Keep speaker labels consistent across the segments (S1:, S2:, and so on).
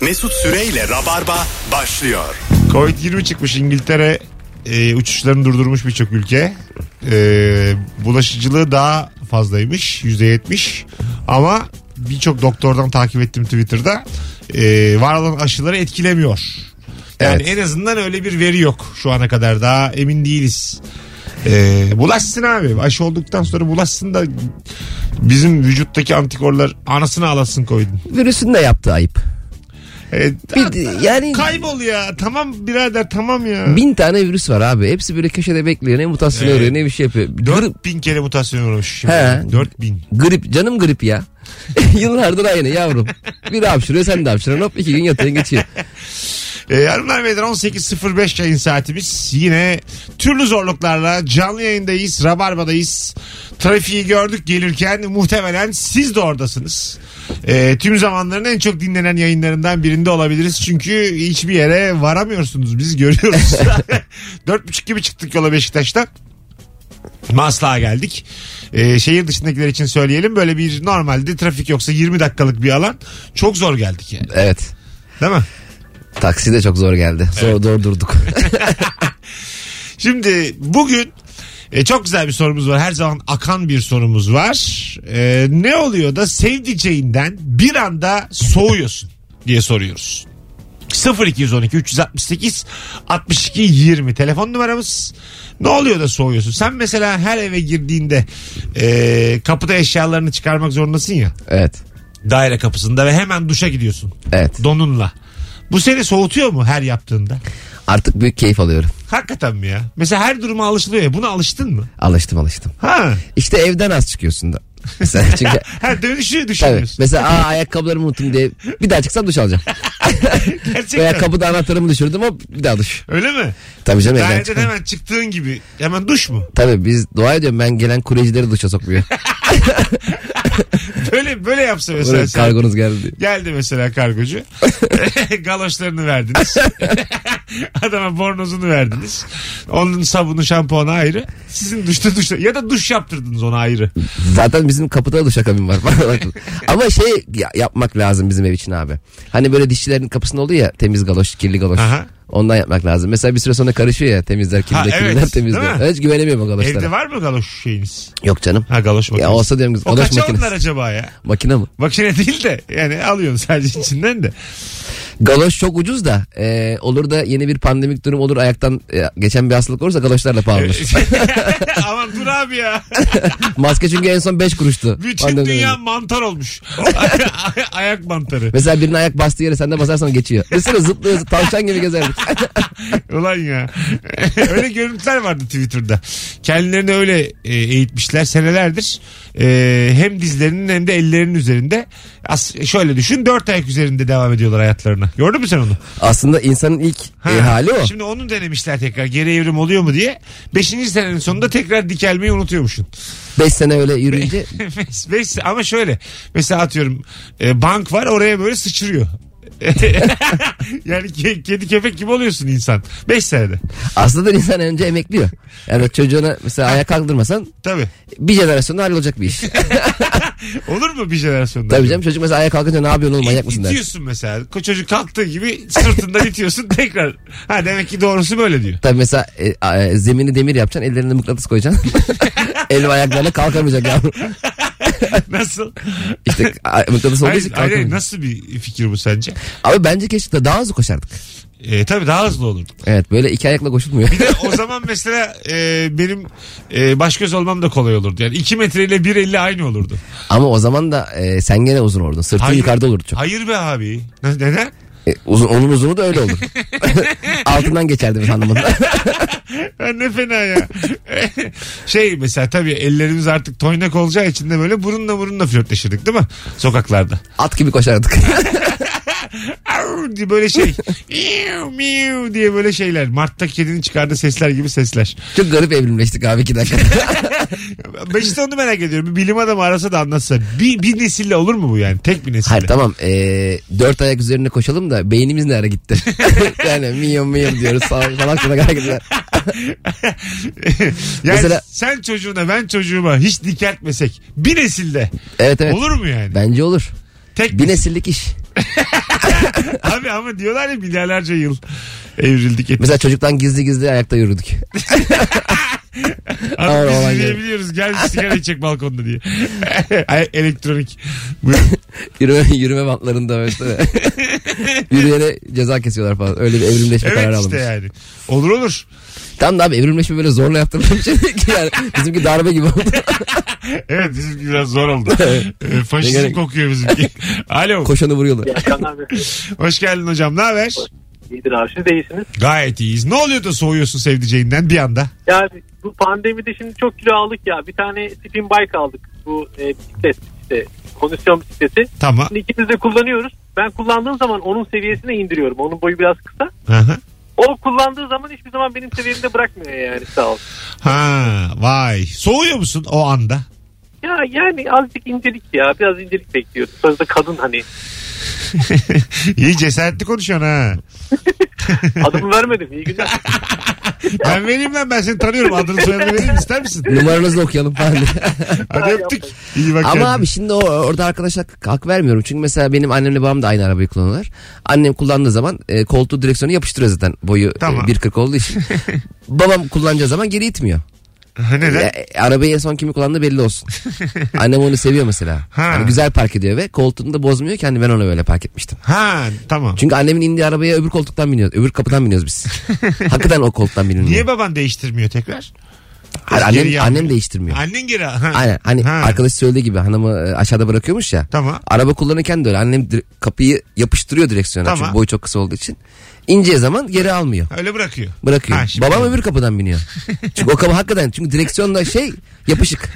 S1: Mesut Süreyle Rabarba başlıyor.
S2: Covid-20 çıkmış İngiltere e, uçuşlarını durdurmuş birçok ülke. E, bulaşıcılığı daha fazlaymış %70 ama birçok doktordan takip ettim Twitter'da e, var olan aşıları etkilemiyor. Yani en azından öyle bir veri yok şu ana kadar daha emin değiliz. E, bulaşsın abi aşı olduktan sonra bulaşsın da bizim vücuttaki antikorlar anasını ağlasın Covid'in.
S3: Virüsün de yaptığı ayıp.
S2: E,
S3: Bir- yani
S2: kaybol ya tamam birader tamam ya.
S3: bin tane virüs var abi. Hepsi böyle köşede bekliyor. Ne mutasyon
S2: Evet.
S3: arıyor ne bir şey yapıyor. Grip,
S2: 4000 kere mutasyon uğramış şimdi.
S3: He.
S2: 4000.
S3: grip canım grip ya. Yıllardır aynı yavrum. Bir hapşırıyor sen de hapşırıyorsun. Hop iki gün yatıyorsun geçiyor.
S2: Ee, hanımlar beyler 18.05 yayın saatimiz. Yine türlü zorluklarla canlı yayındayız. Rabarba'dayız. Trafiği gördük gelirken muhtemelen siz de oradasınız. Ee, tüm zamanların en çok dinlenen yayınlarından birinde olabiliriz. Çünkü hiçbir yere varamıyorsunuz. Biz görüyoruz. 4.30 gibi çıktık yola Beşiktaş'tan. Maslak'a geldik. Ee, şehir dışındakiler için söyleyelim. Böyle bir normalde trafik yoksa 20 dakikalık bir alan. Çok zor geldik yani.
S3: Evet.
S2: Değil mi?
S3: Taksi de çok zor geldi. Zor zor durduk.
S2: Şimdi bugün e, çok güzel bir sorumuz var. Her zaman akan bir sorumuz var. E, ne oluyor da sevdiceğinden bir anda soğuyorsun diye soruyoruz. 0212 368 62 20 telefon numaramız. Ne oluyor da soğuyorsun? Sen mesela her eve girdiğinde e, kapıda eşyalarını çıkarmak zorundasın ya.
S3: evet.
S2: Daire kapısında ve hemen duşa gidiyorsun.
S3: Evet.
S2: Donunla. Bu seni soğutuyor mu her yaptığında?
S3: Artık büyük keyif alıyorum.
S2: Hakikaten mi ya? Mesela her duruma alışılıyor ya. Buna alıştın mı?
S3: Alıştım alıştım.
S2: Ha.
S3: İşte evden az çıkıyorsun da. Mesela çünkü
S2: Ha dönüşü
S3: tabii.
S2: düşünüyorsun.
S3: Mesela aa, ayakkabılarımı unuttum diye bir daha çıksam duş alacağım.
S2: Gerçekten.
S3: Veya kapıda anahtarımı düşürdüm hop bir daha duş.
S2: Öyle mi?
S3: Tabii canım evden
S2: Daireden
S3: çıkmam.
S2: hemen çıktığın gibi. Hemen duş mu?
S3: Tabii biz dua ediyorum ben gelen kuryecileri duşa sokmuyor.
S2: Böyle böyle yapsa mesela.
S3: Buraya
S2: sen-
S3: kargonuz geldi. diye.
S2: Geldi mesela kargocu. Galoşlarını verdiniz. Adama bornozunu verdiniz. Onun sabunu şampuanı ayrı. Sizin duşta duşta. Ya da duş yaptırdınız ona ayrı.
S3: Zaten bizim kapıda duş akabim var. Ama şey ya- yapmak lazım bizim ev için abi. Hani böyle dişçilerin kapısında oluyor ya temiz galoş, kirli galoş.
S2: Aha.
S3: Ondan yapmak lazım. Mesela bir süre sonra karışıyor ya temizler, kirli,
S2: Ha, evet.
S3: kirliler temizler.
S2: Değil mi?
S3: Hiç güvenemiyorum o galoşlara.
S2: Evde var mı galoş şeyiniz?
S3: Yok canım.
S2: Ha galoş makinesi.
S3: Ya olsa diyorum ki
S2: o
S3: galoş
S2: kaça
S3: makinesi.
S2: onlar acaba ya?
S3: Makine mi?
S2: Makine değil de yani alıyorsun sadece içinden de.
S3: Galoş çok ucuz da e, olur da yeni bir pandemik durum olur ayaktan e, geçen bir hastalık olursa galoşlarla pahalıdır.
S2: Aman dur abi ya.
S3: Maske çünkü en son 5 kuruştu.
S2: Bütün
S3: Pandemi
S2: dünya
S3: döneminde.
S2: mantar olmuş. Ayak mantarı.
S3: Mesela birinin ayak bastığı yere sen de basarsan geçiyor. Mesela zıplıyor tavşan gibi gezerdik.
S2: Ulan ya. öyle görüntüler vardı Twitter'da. Kendilerini öyle e, eğitmişler senelerdir. E, hem dizlerinin hem de ellerinin üzerinde. As- şöyle düşün dört ayak üzerinde devam ediyorlar hayatlarına. Gördün mü sen onu?
S3: Aslında insanın ilk
S2: Ha.
S3: e, hali o.
S2: Şimdi onu denemişler tekrar. Geri evrim oluyor mu diye. Beşinci senenin sonunda tekrar dikelmeyi unutuyormuşsun.
S3: 5 sene öyle yürüyünce
S2: Beş- beş- ama şöyle mesela atıyorum e, bank var oraya böyle sıçrıyor. yani ke- kedi köpek gibi oluyorsun insan. 5 senede.
S3: aslında insan önce emekliyor. Yani çocuğuna mesela ayak kaldırmasan
S2: Tabii.
S3: bir jenerasyonda hallolacak bir iş.
S2: Olur mu bir jenerasyonda?
S3: Tabii canım çocuk mesela ayak kalkınca ne yapıyorsun oğlum manyak mısın der.
S2: İtiyorsun mesela. Ko- Çocuk kalktığı gibi sırtından itiyorsun tekrar. Ha demek ki doğrusu böyle diyor.
S3: Tabii mesela e, a- e, zemini demir yapacaksın ellerine mıknatıs koyacaksın. El ve ayaklarına kalkamayacak yavrum.
S2: Nasıl?
S3: İşte a- mıknatıs olduğu için
S2: Hayır, hayır,
S3: kalkamayacak.
S2: nasıl bir fikir bu sence?
S3: Abi bence keşke daha hızlı koşardık.
S2: E, tabii daha hızlı olur.
S3: Evet böyle iki ayakla koşulmuyor.
S2: Bir de o zaman mesela e, benim e, baş göz olmam da kolay olurdu. Yani 2 metreyle 1.50 aynı olurdu.
S3: Ama o zaman da e, sen gene uzun olurdun. Sırtın yukarıda olurdu çok.
S2: Hayır be abi. Ne- Neden?
S3: E, uzun, onun uzunu da öyle olur. Altından geçerdim hanımın.
S2: Ha, ne fena ya. şey mesela tabii ellerimiz artık toynak olacağı için de böyle burunla burunla flörtleşirdik değil mi? Sokaklarda.
S3: At gibi koşardık.
S2: Arr diye böyle şey. miu miu diye böyle şeyler. Mart'ta kedinin çıkardığı sesler gibi sesler.
S3: Çok garip evrimleştik abi iki dakika.
S2: Ben işte onu merak ediyorum. Bir bilim adamı arasa da anlatsa. Bir, bir nesille olur mu bu yani? Tek bir nesille.
S3: Hayır tamam ee, dört ayak üzerine koşalım da beynimiz nereye gitti? yani miyom miyom diyoruz falan falan salak hareketler.
S2: yani
S3: Mesela-
S2: sen çocuğuna ben çocuğuma hiç dikeltmesek. Bir nesilde.
S3: Evet evet.
S2: Olur mu yani?
S3: Bence olur.
S2: Tek
S3: Bir nesillik iş.
S2: Abi ama diyorlar ya milyarlarca yıl evrildik. ettik.
S3: Mesela çocuktan gizli gizli ayakta yürüdük.
S2: Abi
S3: Aman
S2: biz
S3: Allah'ım.
S2: yürüyebiliyoruz. Gel bir sigara içecek balkonda diye. Ay, Elektronik. Buyurun.
S3: yürüme, yürüme bantlarında işte. Yürüyene ceza kesiyorlar falan. Öyle bir evrimleşme
S2: evet
S3: kararı
S2: işte
S3: alınmış.
S2: yani. Olur olur.
S3: Tamam da abi evrimleşme böyle zorla yaptırılan bir şey değil ki yani. Bizimki darbe gibi oldu.
S2: Evet bizimki biraz zor oldu. Ee,
S3: Ne
S2: Faşizm
S3: gerek-
S2: kokuyor bizimki. Alo.
S3: Koşanı vuruyorlar.
S4: akşamlar be.
S2: Hoş geldin hocam. Ne haber?
S4: İyidir abi siz de iyisiniz.
S2: Gayet iyiyiz. Ne oluyor da soğuyorsun sevdiceğinden bir anda?
S4: Yani bu pandemide şimdi çok kilo aldık ya. Bir tane spin bike aldık. Bu e, bisiklet işte kondisyon bisikleti.
S2: Tamam.
S4: Şimdi ikimiz de kullanıyoruz. Ben kullandığım zaman onun seviyesine indiriyorum. Onun boyu biraz kısa.
S2: Aha.
S4: O kullandığı zaman hiçbir zaman benim seviyemde bırakmıyor yani sağ ol.
S2: Ha vay. Soğuyor musun o anda?
S4: Ya yani azıcık incelik ya. Biraz incelik bekliyoruz. Sözde kadın hani.
S2: İyi cesaretli konuşuyorsun ha.
S4: Adımı vermedim. İyi günler.
S2: Ben vereyim lan ben seni tanıyorum. Adını soyadını vereyim ister misin?
S3: Numaranızı okuyalım falan. diye.
S2: Hadi öptük. İyi bak
S3: Ama
S2: kendine.
S3: abi şimdi o, orada arkadaşa hak vermiyorum. Çünkü mesela benim annemle babam da aynı arabayı kullanıyorlar. Annem kullandığı zaman e, koltuğu direksiyonu yapıştırıyor zaten. Boyu e,
S2: Tamam.
S3: 1.40 olduğu için. Babam kullanacağı zaman geri itmiyor.
S2: Ha, Neden?
S3: Ya, e, arabayı en son kimi kullandığı belli olsun. Annem onu seviyor mesela.
S2: Ha.
S3: Yani güzel park ediyor ve koltuğunu da bozmuyor ki hani ben ona böyle park etmiştim.
S2: Ha tamam.
S3: Çünkü annemin indiği arabaya öbür koltuktan biniyoruz. Öbür kapıdan biniyoruz biz. Hakikaten o koltuktan biniliyor.
S2: Niye baban değiştirmiyor tekrar?
S3: Hayır,
S2: Geri
S3: annem,
S2: yanmıyor.
S3: annem değiştirmiyor.
S2: Annen geri. Ha.
S3: Aynen hani
S2: Ha.
S3: arkadaş söylediği gibi hanımı e, aşağıda bırakıyormuş ya.
S2: Tamam.
S3: Araba kullanırken de öyle annem dire- kapıyı yapıştırıyor direksiyona
S2: Tamam.
S3: çünkü boyu çok kısa olduğu için. İnce zaman geri almıyor.
S2: Öyle bırakıyor.
S3: Bırakıyor.
S2: Ha, şimdi-
S3: Babam öbür kapıdan biniyor. çünkü o kapı hakikaten çünkü direksiyonla şey yapışık.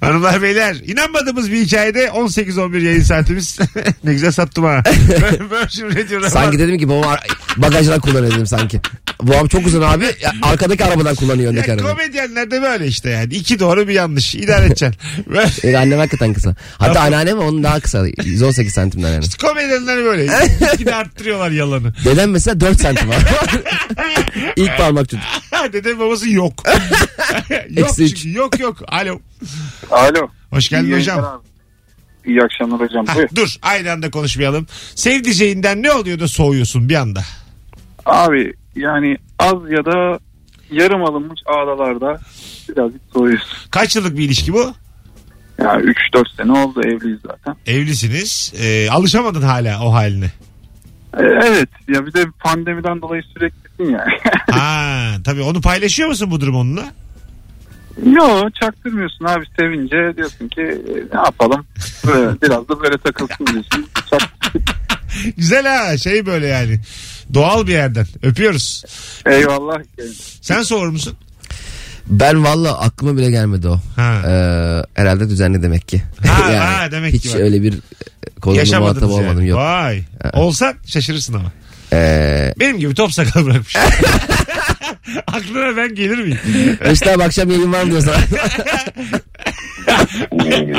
S2: Hanımlar beyler inanmadığımız bir hikayede 18-11 yayın saatimiz. ne güzel sattım ha. Virgin Radio Rabar-
S3: sanki dedim ki babam ar- bagajdan kullanıyor dedim sanki. Babam çok uzun abi ya, arkadaki arabadan kullanıyor öndeki
S2: Ya,
S3: arabayı.
S2: komedyenler de böyle işte yani. İki doğru bir yanlış. İdare edeceksin. Böyle-
S3: Evet, annem hakikaten kısa. Hatta anneannem onun daha kısa. 118 santimden yani.
S2: komedyenler böyle. İki de arttırıyorlar yalanı.
S3: Dedem mesela 4 santim abi. İlk parmak çocuk.
S2: Dede babası yok. yok
S3: Eksi üç.
S2: çünkü yok yok. Alo.
S5: Alo.
S2: Hoş geldin
S5: İyi
S2: hocam.
S5: yayınlar abi. İyi akşamlar hocam.
S2: Ha,
S5: Buyur.
S2: dur aynı anda konuşmayalım. Sevdiceğinden ne oluyor da soğuyorsun bir anda?
S5: Abi yani az ya da yarım alınmış ağdalarda birazcık soğuyoruz.
S2: Kaç yıllık bir ilişki bu?
S5: Yani 3-4 sene oldu evliyiz zaten.
S2: Evlisiniz. Ee, alışamadın hala o haline.
S5: Ee, evet ya bir de pandemiden dolayı süreklisin ya.
S2: Ha, tabii onu paylaşıyor musun bu durum onunla?
S5: Yo çaktırmıyorsun abi sevince diyorsun ki e, ne yapalım böyle, biraz da böyle takılsın diyorsun. Çak-
S2: Güzel ha şey böyle yani. Doğal bir yerden. Öpüyoruz.
S5: Eyvallah.
S2: Sen soğur musun?
S3: Ben valla aklıma bile gelmedi o.
S2: Ha.
S3: Ee, herhalde düzenli demek ki.
S2: Ha, ha, demek
S3: hiç
S2: ki var.
S3: öyle bir konumda muhatap
S2: Yaşamadınız yani.
S3: olmadım yok.
S2: Vay. Olsan şaşırırsın ama.
S3: Ee,
S2: Benim gibi top sakal bırakmış. Aklına ben gelir miyim?
S3: işte abi akşam yayın var mı diyor sana.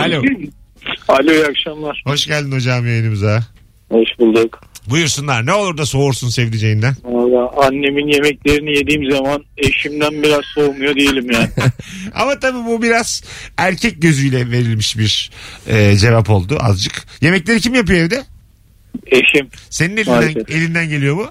S2: Alo.
S6: Alo iyi akşamlar.
S2: Hoş geldin hocam yayınımıza.
S6: Hoş bulduk.
S2: Buyursunlar. Ne olur da soğursun sevdiceğinden.
S6: Valla annemin yemeklerini yediğim zaman eşimden biraz soğumuyor değilim yani.
S2: Ama tabii bu biraz erkek gözüyle verilmiş bir e, cevap oldu azıcık. Yemekleri kim yapıyor evde?
S6: Eşim
S2: Senin elinden,
S6: Maalesef.
S2: elinden geliyor mu?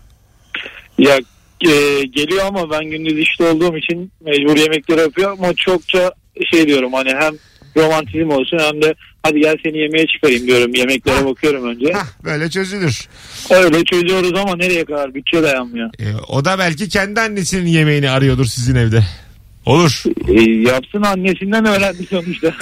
S6: ya e, geliyor ama ben gündüz işte olduğum için mecbur yemekleri yapıyor ama çokça şey diyorum hani hem romantizm olsun hem de hadi gel seni yemeğe çıkarayım diyorum yemeklere bakıyorum önce.
S2: Hah böyle çözülür.
S6: Öyle çözüyoruz ama nereye kadar bütçe dayanmıyor.
S2: E, o da belki kendi annesinin yemeğini arıyordur sizin evde. Olur.
S6: E, yapsın annesinden öğrendi sonuçta.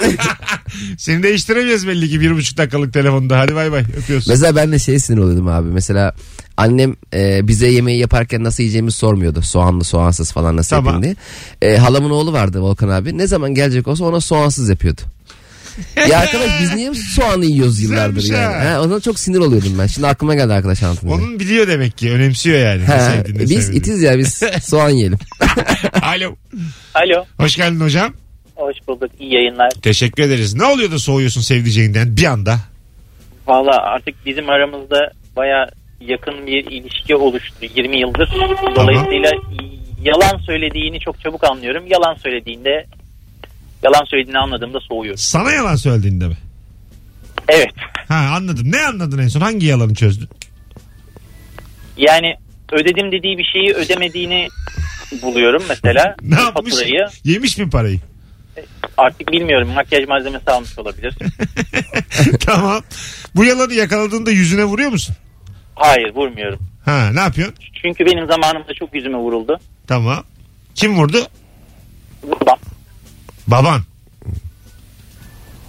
S2: Seni değiştiremeyeceğiz belli ki bir buçuk dakikalık telefonda. Hadi bay bay öpüyorsun.
S3: mesela ben de şeye sinir oluyordum abi. Mesela annem e, bize yemeği yaparken nasıl yiyeceğimizi sormuyordu. Soğanlı soğansız falan nasıl
S2: Tamam.
S3: yapayım diye. E, halamın oğlu vardı Volkan abi. Ne zaman gelecek olsa ona soğansız yapıyordu. ya arkadaş biz niye soğanı yiyoruz yıllardır
S2: Güzelmiş
S3: yani.
S2: ha.
S3: Ha, ondan çok sinir oluyordum ben. Şimdi aklıma geldi arkadaş anlatınca.
S2: Onun biliyor demek ki. Önemsiyor yani.
S3: Ha,
S2: sevdiğini,
S3: biz
S2: sevmediğini.
S3: itiz ya biz soğan yiyelim.
S2: Alo.
S7: Alo.
S2: Hoş geldin hocam.
S7: Hoş bulduk. İyi yayınlar.
S2: Teşekkür ederiz. Ne oluyor da soğuyorsun sevdiceğinden bir anda?
S7: Valla artık bizim aramızda baya yakın bir ilişki oluştu 20 yıldır. Dolayısıyla yalan söylediğini çok çabuk anlıyorum. Yalan söylediğinde yalan söylediğini anladığımda soğuyorum.
S2: Sana yalan söylediğinde mi?
S7: Evet.
S2: Ha anladım. Ne anladın en son? Hangi yalanı çözdün?
S7: Yani ödedim dediği bir şeyi ödemediğini buluyorum mesela.
S2: Ne
S7: Bir
S2: yapmış?
S7: Faturayı
S2: Yemiş mi parayı?
S7: artık bilmiyorum makyaj malzemesi almış olabilir.
S2: tamam. Bu yalanı yakaladığında yüzüne vuruyor musun?
S7: Hayır vurmuyorum.
S2: Ha ne yapıyorsun?
S7: Çünkü benim zamanımda çok yüzüme vuruldu.
S2: Tamam. Kim vurdu?
S7: Babam.
S2: Baban.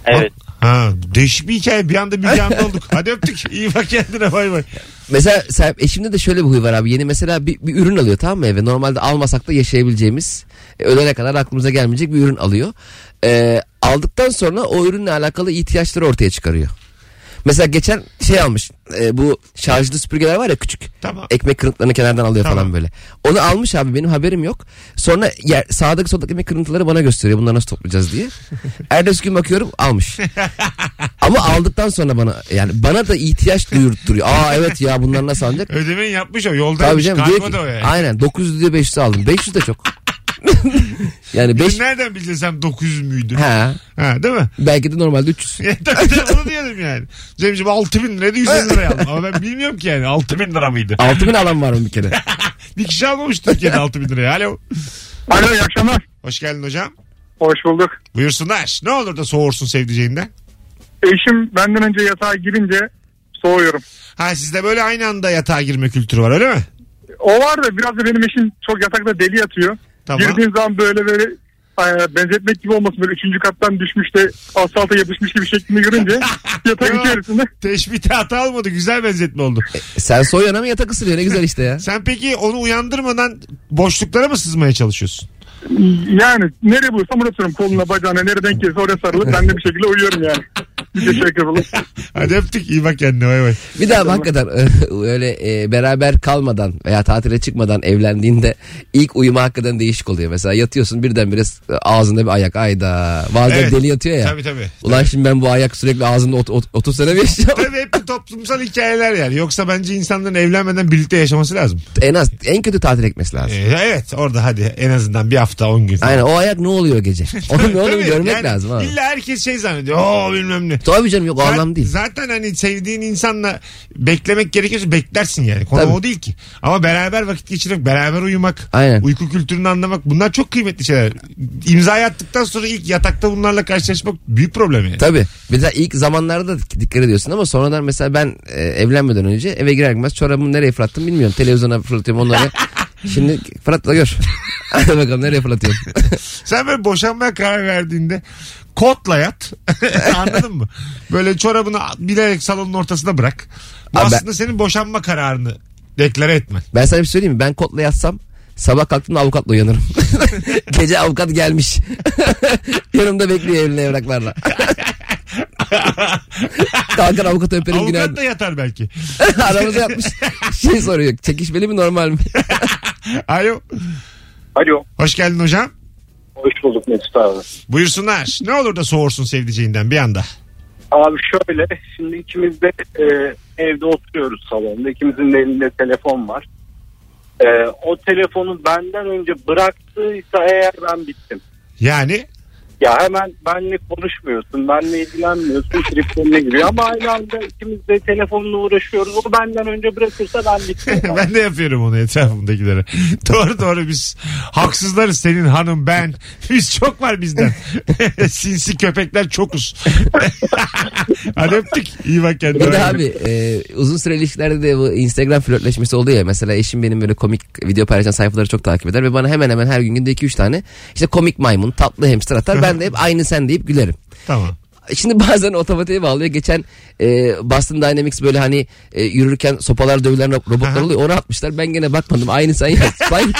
S7: Evet.
S2: Ha değişik bir hikaye. Bir anda bir anda olduk. Hadi öptük. İyi bak kendine bay bay.
S3: Mesela sen- eşimde de şöyle bir huy var abi. Yeni mesela bir, bir ürün alıyor tamam mı eve? Normalde almasak da yaşayabileceğimiz, e, ölene kadar aklımıza gelmeyecek bir ürün alıyor. E, aldıktan sonra o ürünle alakalı ihtiyaçları ortaya çıkarıyor. Mesela geçen şey almış. e, bu şarjlı süpürgeler var ya küçük.
S2: Tamam.
S3: Ekmek kırıntılarını kenardan alıyor
S2: Tamam.
S3: falan böyle. Onu almış abi benim haberim yok. Sonra yer, sağdaki soldaki ekmek kırıntıları bana gösteriyor. Bunları nasıl toplayacağız diye. Ertesi gün bakıyorum almış. Ama aldıktan sonra bana yani bana da ihtiyaç duyurtturuyor. Aa evet ya bunlar nasıl alınacak?
S2: Ödemeyi yapmış o.
S3: Tabii
S2: Yoldaymış.
S3: canım diyor
S2: Kalkmadı
S3: ki,
S2: o yani.
S3: aynen 900 diyor 500 aldım. 500 de çok. yani 5
S2: Nereden bildin sen 900 müydü? Ha.
S3: ha
S2: değil mi?
S3: belki de normalde 300.
S2: Ya tabii tabii onu diyorum yani. Cemciğim 6000 bin liraydı 100 bin liraya aldım. Ama ben bilmiyorum ki yani 6000 bin lira mıydı?
S3: 6000 alan var mı bir kere?
S2: Bir kişi almamış Türkiye'de 6000 bin liraya. Alo.
S5: Alo iyi akşamlar.
S2: Hoş geldin hocam.
S5: Hoş bulduk.
S2: Buyursunlar. Ne olur da soğursun sevdiceğinden.
S5: Eşim benden önce yatağa girince soğuyorum.
S2: Ha sizde böyle aynı anda yatağa girme kültürü var öyle mi?
S5: O var da biraz da benim eşim çok yatakta deli yatıyor.
S2: Tamam.
S5: Girdiğim zaman böyle böyle e, benzetmek gibi olmasın böyle üçüncü kattan düşmüş de asfalta yapışmış gibi şeklini görünce yatak
S2: Yok.
S5: içerisinde
S2: Teşbihte hata olmadı. Güzel benzetme oldu.
S3: E, Sen soyana mı yatak ısırıyor ne güzel işte ya.
S2: Sen peki onu uyandırmadan boşluklara mı sızmaya çalışıyorsun?
S5: yani nereye bulursam uğraşıyorum koluna bacağına nereye denk gelirse oraya sarılıp ben de bir şekilde uyuyorum yani. Bir de şey kırılıp.
S2: Hadi öptük. iyi bak kendine. Bay bay.
S3: Bir daha hakikaten öyle e, beraber kalmadan veya tatile çıkmadan evlendiğinde ilk uyuma hakikaten değişik oluyor. Mesela yatıyorsun birdenbire s- e, ağzında bir ayak ayda bazen
S2: Evet.
S3: deli yatıyor ya.
S2: Tabii tabii.
S3: Ulan şimdi ben bu ayak sürekli ağzımda ot, ot, 30 sene mi yaşayacağım?
S2: Tabii hep bir toplumsal hikayeler yani. Yoksa bence insanların evlenmeden birlikte yaşaması lazım.
S3: en az en kötü tatil ekmesi lazım.
S2: Ee, evet orada hadi en azından bir hafta 10 gün.
S3: Aynen o ayak ne oluyor gece? Onun ne
S2: Tabii,
S3: olduğunu görmek
S2: yani
S3: lazım abi.
S2: İlla herkes şey zannediyor. Oo bilmem ne.
S3: Tabii canım yok o anlam değil.
S2: Zaten hani sevdiğin insanla beklemek gerekiyorsa beklersin yani. Konu
S3: Tabii.
S2: o değil ki. Ama beraber vakit geçirmek, beraber uyumak,
S3: Aynen.
S2: uyku kültürünü anlamak bunlar çok kıymetli şeyler. İmzayı attıktan sonra ilk yatakta bunlarla karşılaşmak büyük problem yani.
S3: Tabii. Mesela ilk zamanlarda da dikkat ediyorsun ama sonradan mesela ben e, evlenmeden önce eve girer girmez çorabımı nereye fırlattım bilmiyorum. Televizyona fırlatıyorum onları. Şimdi fırlat da gör. Hadi bakalım nereye fırlatıyorum.
S2: Sen böyle boşanmaya karar verdiğinde kotla yat. Anladın mı? Böyle çorabını bilerek salonun ortasına bırak. Bu
S3: Abi ben-
S2: aslında senin boşanma kararını deklare etmen.
S3: Ben sana bir şey söyleyeyim mi? Ben kotla yatsam sabah kalktığımda avukatla uyanırım. Gece avukat gelmiş. Yanımda bekliyor elini evraklarla. Kalkar avukatı öperim
S2: Avukat da
S3: günaydın.
S2: yatar belki.
S3: Aramıza yapmış. Şey soruyor. Çekişmeli mi normal mi?
S2: Alo.
S6: Alo.
S2: Hoş geldin hocam.
S6: Hoş bulduk Mesut abi.
S2: Buyursunlar. Ne olur da soğursun sevdiceğinden bir anda.
S6: Abi şöyle şimdi ikimiz de e, evde oturuyoruz salonda. İkimizin de elinde telefon var. E, o telefonu benden önce bıraktıysa eğer ben bittim.
S2: Yani
S6: Ya hemen benle konuşmuyorsun, benle ilgilenmiyorsun, triplerine giriyor. Ama aynı anda ikimiz de telefonla uğraşıyoruz. O benden önce bırakırsa ben bittim.
S2: ben de yapıyorum onu etrafımdakilere. doğru doğru biz haksızlarız senin hanım ben. Biz çok var bizden. Sinsi köpekler çokuz. Hadi öptük. İyi bak kendine.
S3: Bir de abi e, uzun süreli ilişkilerde de bu Instagram flörtleşmesi oluyor ya. Mesela eşim benim böyle komik video paylaşan sayfaları çok takip eder ve bana hemen hemen her gün günde 2-3 tane işte komik maymun, tatlı hamster atar. Ben de hep aynı sen deyip gülerim.
S2: Tamam.
S3: Şimdi bazen otomatiğe bağlıyor. Geçen e, Boston Dynamics böyle hani e, yürürken sopalar dövülen ro- robotlar oluyor. Onu atmışlar. Ben gene bakmadım. Aynı sen yaz. Sanki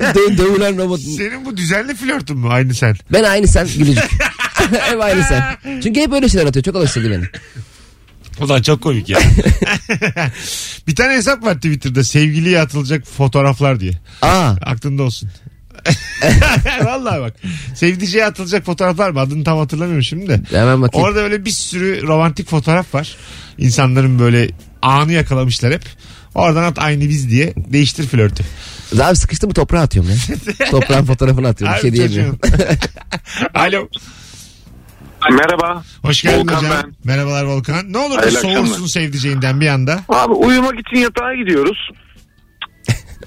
S3: Dö- dövülen robot.
S2: Senin bu düzenli flörtün mü aynı sen?
S3: Ben aynı sen gülücük. hep aynı sen. Çünkü hep öyle şeyler atıyor. Çok alıştırdı beni.
S2: O da çok komik ya. bir tane hesap var Twitter'da sevgiliye atılacak fotoğraflar diye.
S3: Aa.
S2: Aklında olsun. Vallahi bak. Sevdiceğe atılacak fotoğraflar mı? Adını tam hatırlamıyorum şimdi de.
S3: Hemen bakayım.
S2: Orada böyle bir sürü romantik fotoğraf var. İnsanların böyle anı yakalamışlar hep. Oradan at aynı biz diye değiştir flörtü.
S3: Abi sıkıştı mı toprağa şey atıyorum ya. Toprağın fotoğrafını atıyorum. Bir
S2: Abi
S3: şey diyemiyorum.
S2: çocuğum. Alo.
S5: Merhaba.
S2: Hoş geldin
S5: Volkan
S2: hocam.
S5: ben.
S2: Merhabalar Volkan. Ne olur bir
S5: Hayırlı akşamlar.
S2: soğursun sevdiceğinden bir anda.
S5: Abi uyumak için yatağa gidiyoruz.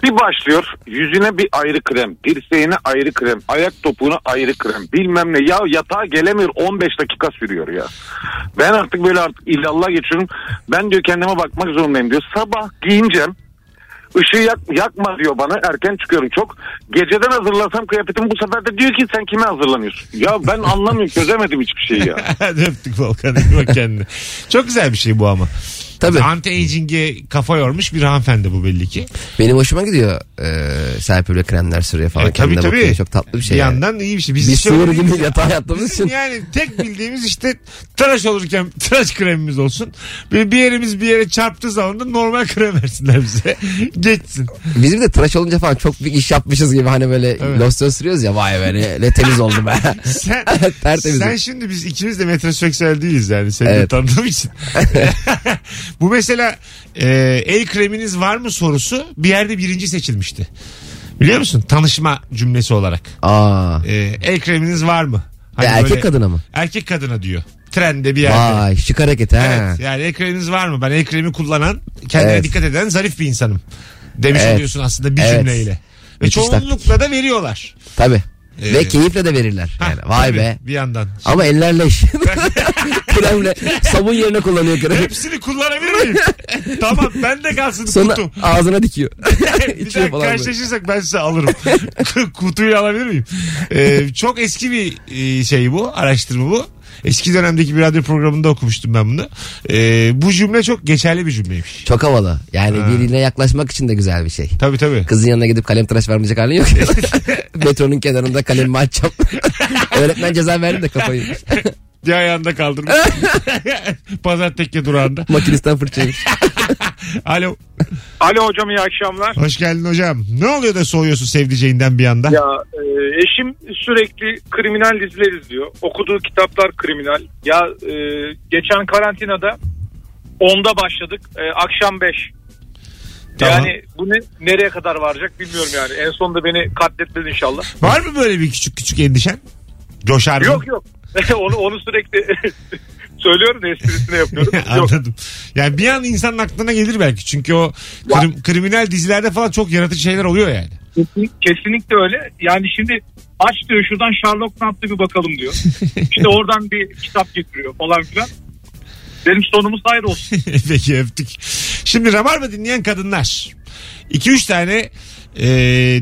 S5: Bir başlıyor yüzüne bir ayrı krem, dirseğine ayrı krem, ayak topuğuna ayrı krem bilmem ne. Ya yatağa gelemiyor 15 dakika sürüyor ya. Ben artık böyle artık illallah geçiyorum. Ben diyor kendime bakmak zorundayım diyor. Sabah giyineceğim. Işığı yak, yakma diyor bana erken çıkıyorum çok. Geceden hazırlasam kıyafetimi bu sefer de diyor ki sen kime hazırlanıyorsun? Ya ben anlamıyorum çözemedim hiçbir şeyi ya.
S2: Hadi Öptük Volkan. iyi Bak kendine. Çok güzel bir şey bu ama.
S3: Tabii.
S2: Anti-aging'e kafa yormuş bir hanımefendi bu belli ki.
S3: Benim hoşuma gidiyor e, Serpil ve kremler sürüyor falan.
S2: E, tabii
S3: Kendine
S2: tabii.
S3: bakıyor. Çok tatlı bir şey.
S2: Bir
S3: yani.
S2: yandan iyi bir şey. Biz,
S3: Biz
S2: hiç
S3: sığır
S2: öyle değiliz
S3: gibi
S2: ya.
S3: yatağa yattığımız
S2: Bizim
S3: için.
S2: yani tek bildiğimiz işte tıraş olurken tıraş kremimiz olsun. Bir, bir yerimiz bir yere çarptığı zaman da normal krem versinler bize. Geçsin.
S3: Biz bir de tıraş olunca falan çok büyük iş yapmışız gibi hani böyle losyon sürüyoruz ya vay be ne, ne temiz oldu be.
S2: Sen,
S3: Tertemiz.
S2: sen şimdi biz ikimiz de metroseksüel değiliz yani seni de
S3: Evet.
S2: tanıdığım için. Bu mesela e, el kreminiz var mı sorusu bir yerde birinci seçilmişti. Biliyor musun? Tanışma cümlesi olarak.
S3: Aa.
S2: E, el kreminiz var mı? Hani
S3: Ya erkek
S2: böyle-
S3: kadına mı?
S2: Erkek kadına diyor. Trende bir yerde.
S3: Vay şık hareket ha.
S2: Evet yani el kreminiz var mı? Ben el kremi kullanan, kendine
S3: Evet.
S2: dikkat eden zarif bir insanım. Demiş
S3: Evet.
S2: oluyorsun aslında bir
S3: Evet.
S2: cümleyle. Ve
S3: Müthiş
S2: çoğunlukla da veriyorlar.
S3: Tabii.
S2: Ee,
S3: Ve keyifle de verirler. Yani
S2: Hah,
S3: vay
S2: tabii,
S3: be.
S2: Bir yandan.
S3: Ama ellerle iş. Kremle sabun yerine kullanıyor kremi.
S2: Hepsini kullanabilir miyim? tamam ben de kalsın
S3: Sonra
S2: kutu.
S3: ağzına dikiyor.
S2: Bir şey
S3: İçiyor
S2: daha
S3: falan böyle.
S2: karşılaşırsak ben size alırım. Kutuyu alabilir miyim? Ee, çok eski bir e, şey bu. Araştırma bu. Eski dönemdeki bir radyo programında okumuştum ben bunu. Ee, bu cümle çok geçerli bir cümleymiş.
S3: Çok havalı. Yani birine yaklaşmak için de güzel bir şey.
S2: Tabii tabii.
S3: Kızın yanına gidip kalem tıraş vermeyecek halin yok. Metronun kenarında kalemimi açacağım. Öğretmen ceza verdi de kafayı.
S2: Bir ayağında kaldırmış. Pazar tekke durağında.
S3: Makinisten fırçaymış.
S2: Alo.
S8: Alo hocam iyi akşamlar.
S2: Hoş geldin hocam. Ne oluyor da soğuyorsun sevdiceğinden bir anda?
S8: Ya e, eşim sürekli kriminal diziler izliyor. Okuduğu kitaplar kriminal. Ya e, geçen karantinada 10'da başladık. E, akşam 5.
S2: Tamam.
S8: Yani bu ne, nereye kadar varacak bilmiyorum yani. En sonunda beni katletmez inşallah.
S2: Var mı böyle bir küçük küçük endişen? Coşar mı?
S8: Yok yok. onu onu sürekli söylüyorum da esprisini yapıyorum. yok.
S2: Anladım. Yani bir an insanın aklına gelir belki. Çünkü o krim- kriminal dizilerde falan çok yaratıcı şeyler oluyor yani.
S8: Kesinlikle öyle. Yani şimdi aç diyor şuradan Sherlock Knops'a bir bakalım diyor. işte oradan bir kitap getiriyor falan filan. Benim sonumuz hayır olsun.
S2: Peki öptük. Şimdi Rabarba dinleyen kadınlar. 2-3 tane e,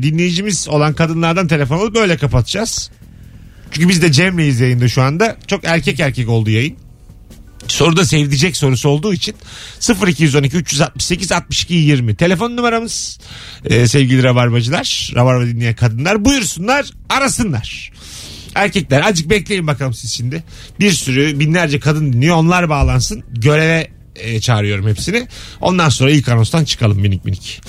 S2: dinleyicimiz olan kadınlardan telefon alıp böyle kapatacağız. Çünkü biz de Cem'leyiz yayında şu anda. Çok erkek erkek oldu yayın. Soru da sevdicek sorusu olduğu için 0212 368 62 20 telefon numaramız e, sevgili rabarbacılar rabarba dinleyen kadınlar buyursunlar arasınlar. Erkekler azıcık bekleyin bakalım siz şimdi. Bir sürü binlerce kadın dinliyor. Onlar bağlansın. Göreve e, çağırıyorum hepsini. Ondan sonra ilk anonstan çıkalım minik minik.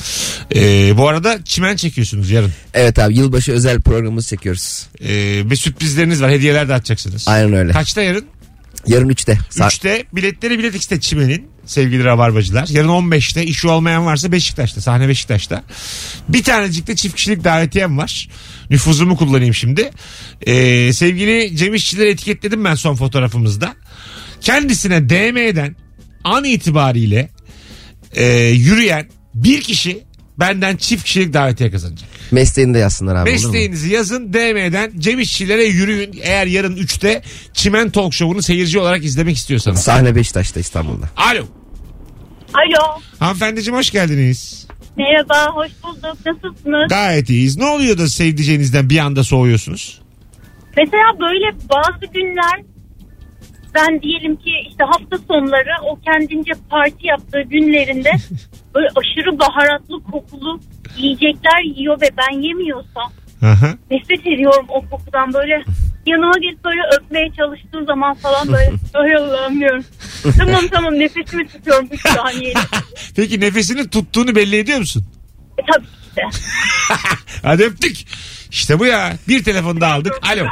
S2: E, bu arada çimen çekiyorsunuz yarın.
S3: Evet abi yılbaşı özel programımızı çekiyoruz.
S2: E, ve sürprizleriniz var. Hediyeler de atacaksınız.
S3: Aynen öyle.
S2: Kaçta yarın?
S3: Yarın 3'te. Sa-
S2: 3'te biletleri Bilet X'te Çimen'in sevgili rabarbacılar. Yarın 15'te işi olmayan varsa Beşiktaş'ta sahne Beşiktaş'ta. Bir tanecik de çift kişilik davetiyem var. Nüfuzumu kullanayım şimdi. Ee, sevgili Cem İşçileri etiketledim ben son fotoğrafımızda. Kendisine DM'den an itibariyle e, yürüyen bir kişi benden çift kişilik davetiye kazanacak.
S3: Mesleğini de yazsınlar abi. olur mu?
S2: Mesleğinizi yazın DM'den Cem İşçilere yürüyün eğer yarın 3'te Çimen Talk Show'unu seyirci olarak izlemek istiyorsanız.
S3: Sahne Beşiktaş'ta İstanbul'da.
S2: Alo.
S9: Alo.
S2: Hanımefendiciğim hoş geldiniz.
S9: Merhaba, hoş bulduk. Nasılsınız?
S2: Gayet iyiyiz. Ne oluyor da sevdiceğinizden bir anda soğuyorsunuz?
S9: Mesela böyle bazı günler ben diyelim ki işte hafta sonları o kendince parti yaptığı günlerinde böyle aşırı baharatlı kokulu yiyecekler yiyor ve ben yemiyorsam
S2: Aha.
S9: nefret ediyorum o kokudan böyle yanıma gelip böyle öpmeye çalıştığı zaman falan böyle ay Allah'ım diyorum. tamam tamam nefesimi tutuyorum 3 saniye.
S2: Peki nefesini tuttuğunu belli ediyor musun?
S9: E, tabii ki de.
S2: Hadi öptük. İşte bu ya. Bir telefon daha aldık. Alo.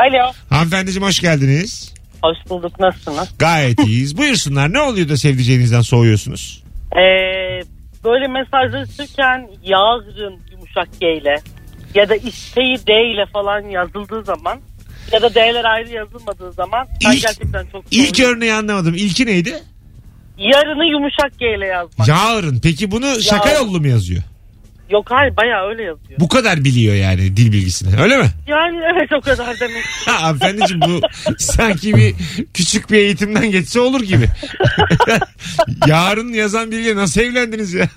S7: Alo.
S2: Hanımefendiciğim hoş geldiniz.
S7: Hoş bulduk. Nasılsınız?
S2: Gayet iyiyiz. Buyursunlar. Ne oluyor da sevdiceğinizden soğuyorsunuz?
S7: Ee, böyle mesajlaşırken yağın yumuşak G ile ya da isteği D ile falan yazıldığı zaman ya da D'ler ayrı yazılmadığı zaman ben
S2: İlk-
S7: gerçekten çok
S2: İlk
S7: zorlanıyorum.
S2: örneği anlamadım. İlki neydi?
S7: Yarını yumuşak G ile yazmak.
S2: Yarın. Peki bunu şaka yollu mu yazıyor?
S7: Yok hayır bayağı öyle yazıyor.
S2: Bu kadar biliyor yani dil bilgisini. Öyle mi?
S7: Yani evet o kadar demek.
S2: Ha, hanımefendiciğim bu sanki bir küçük bir eğitimden geçse olur gibi. Yarın yazan bilgiyle nasıl evlendiniz ya?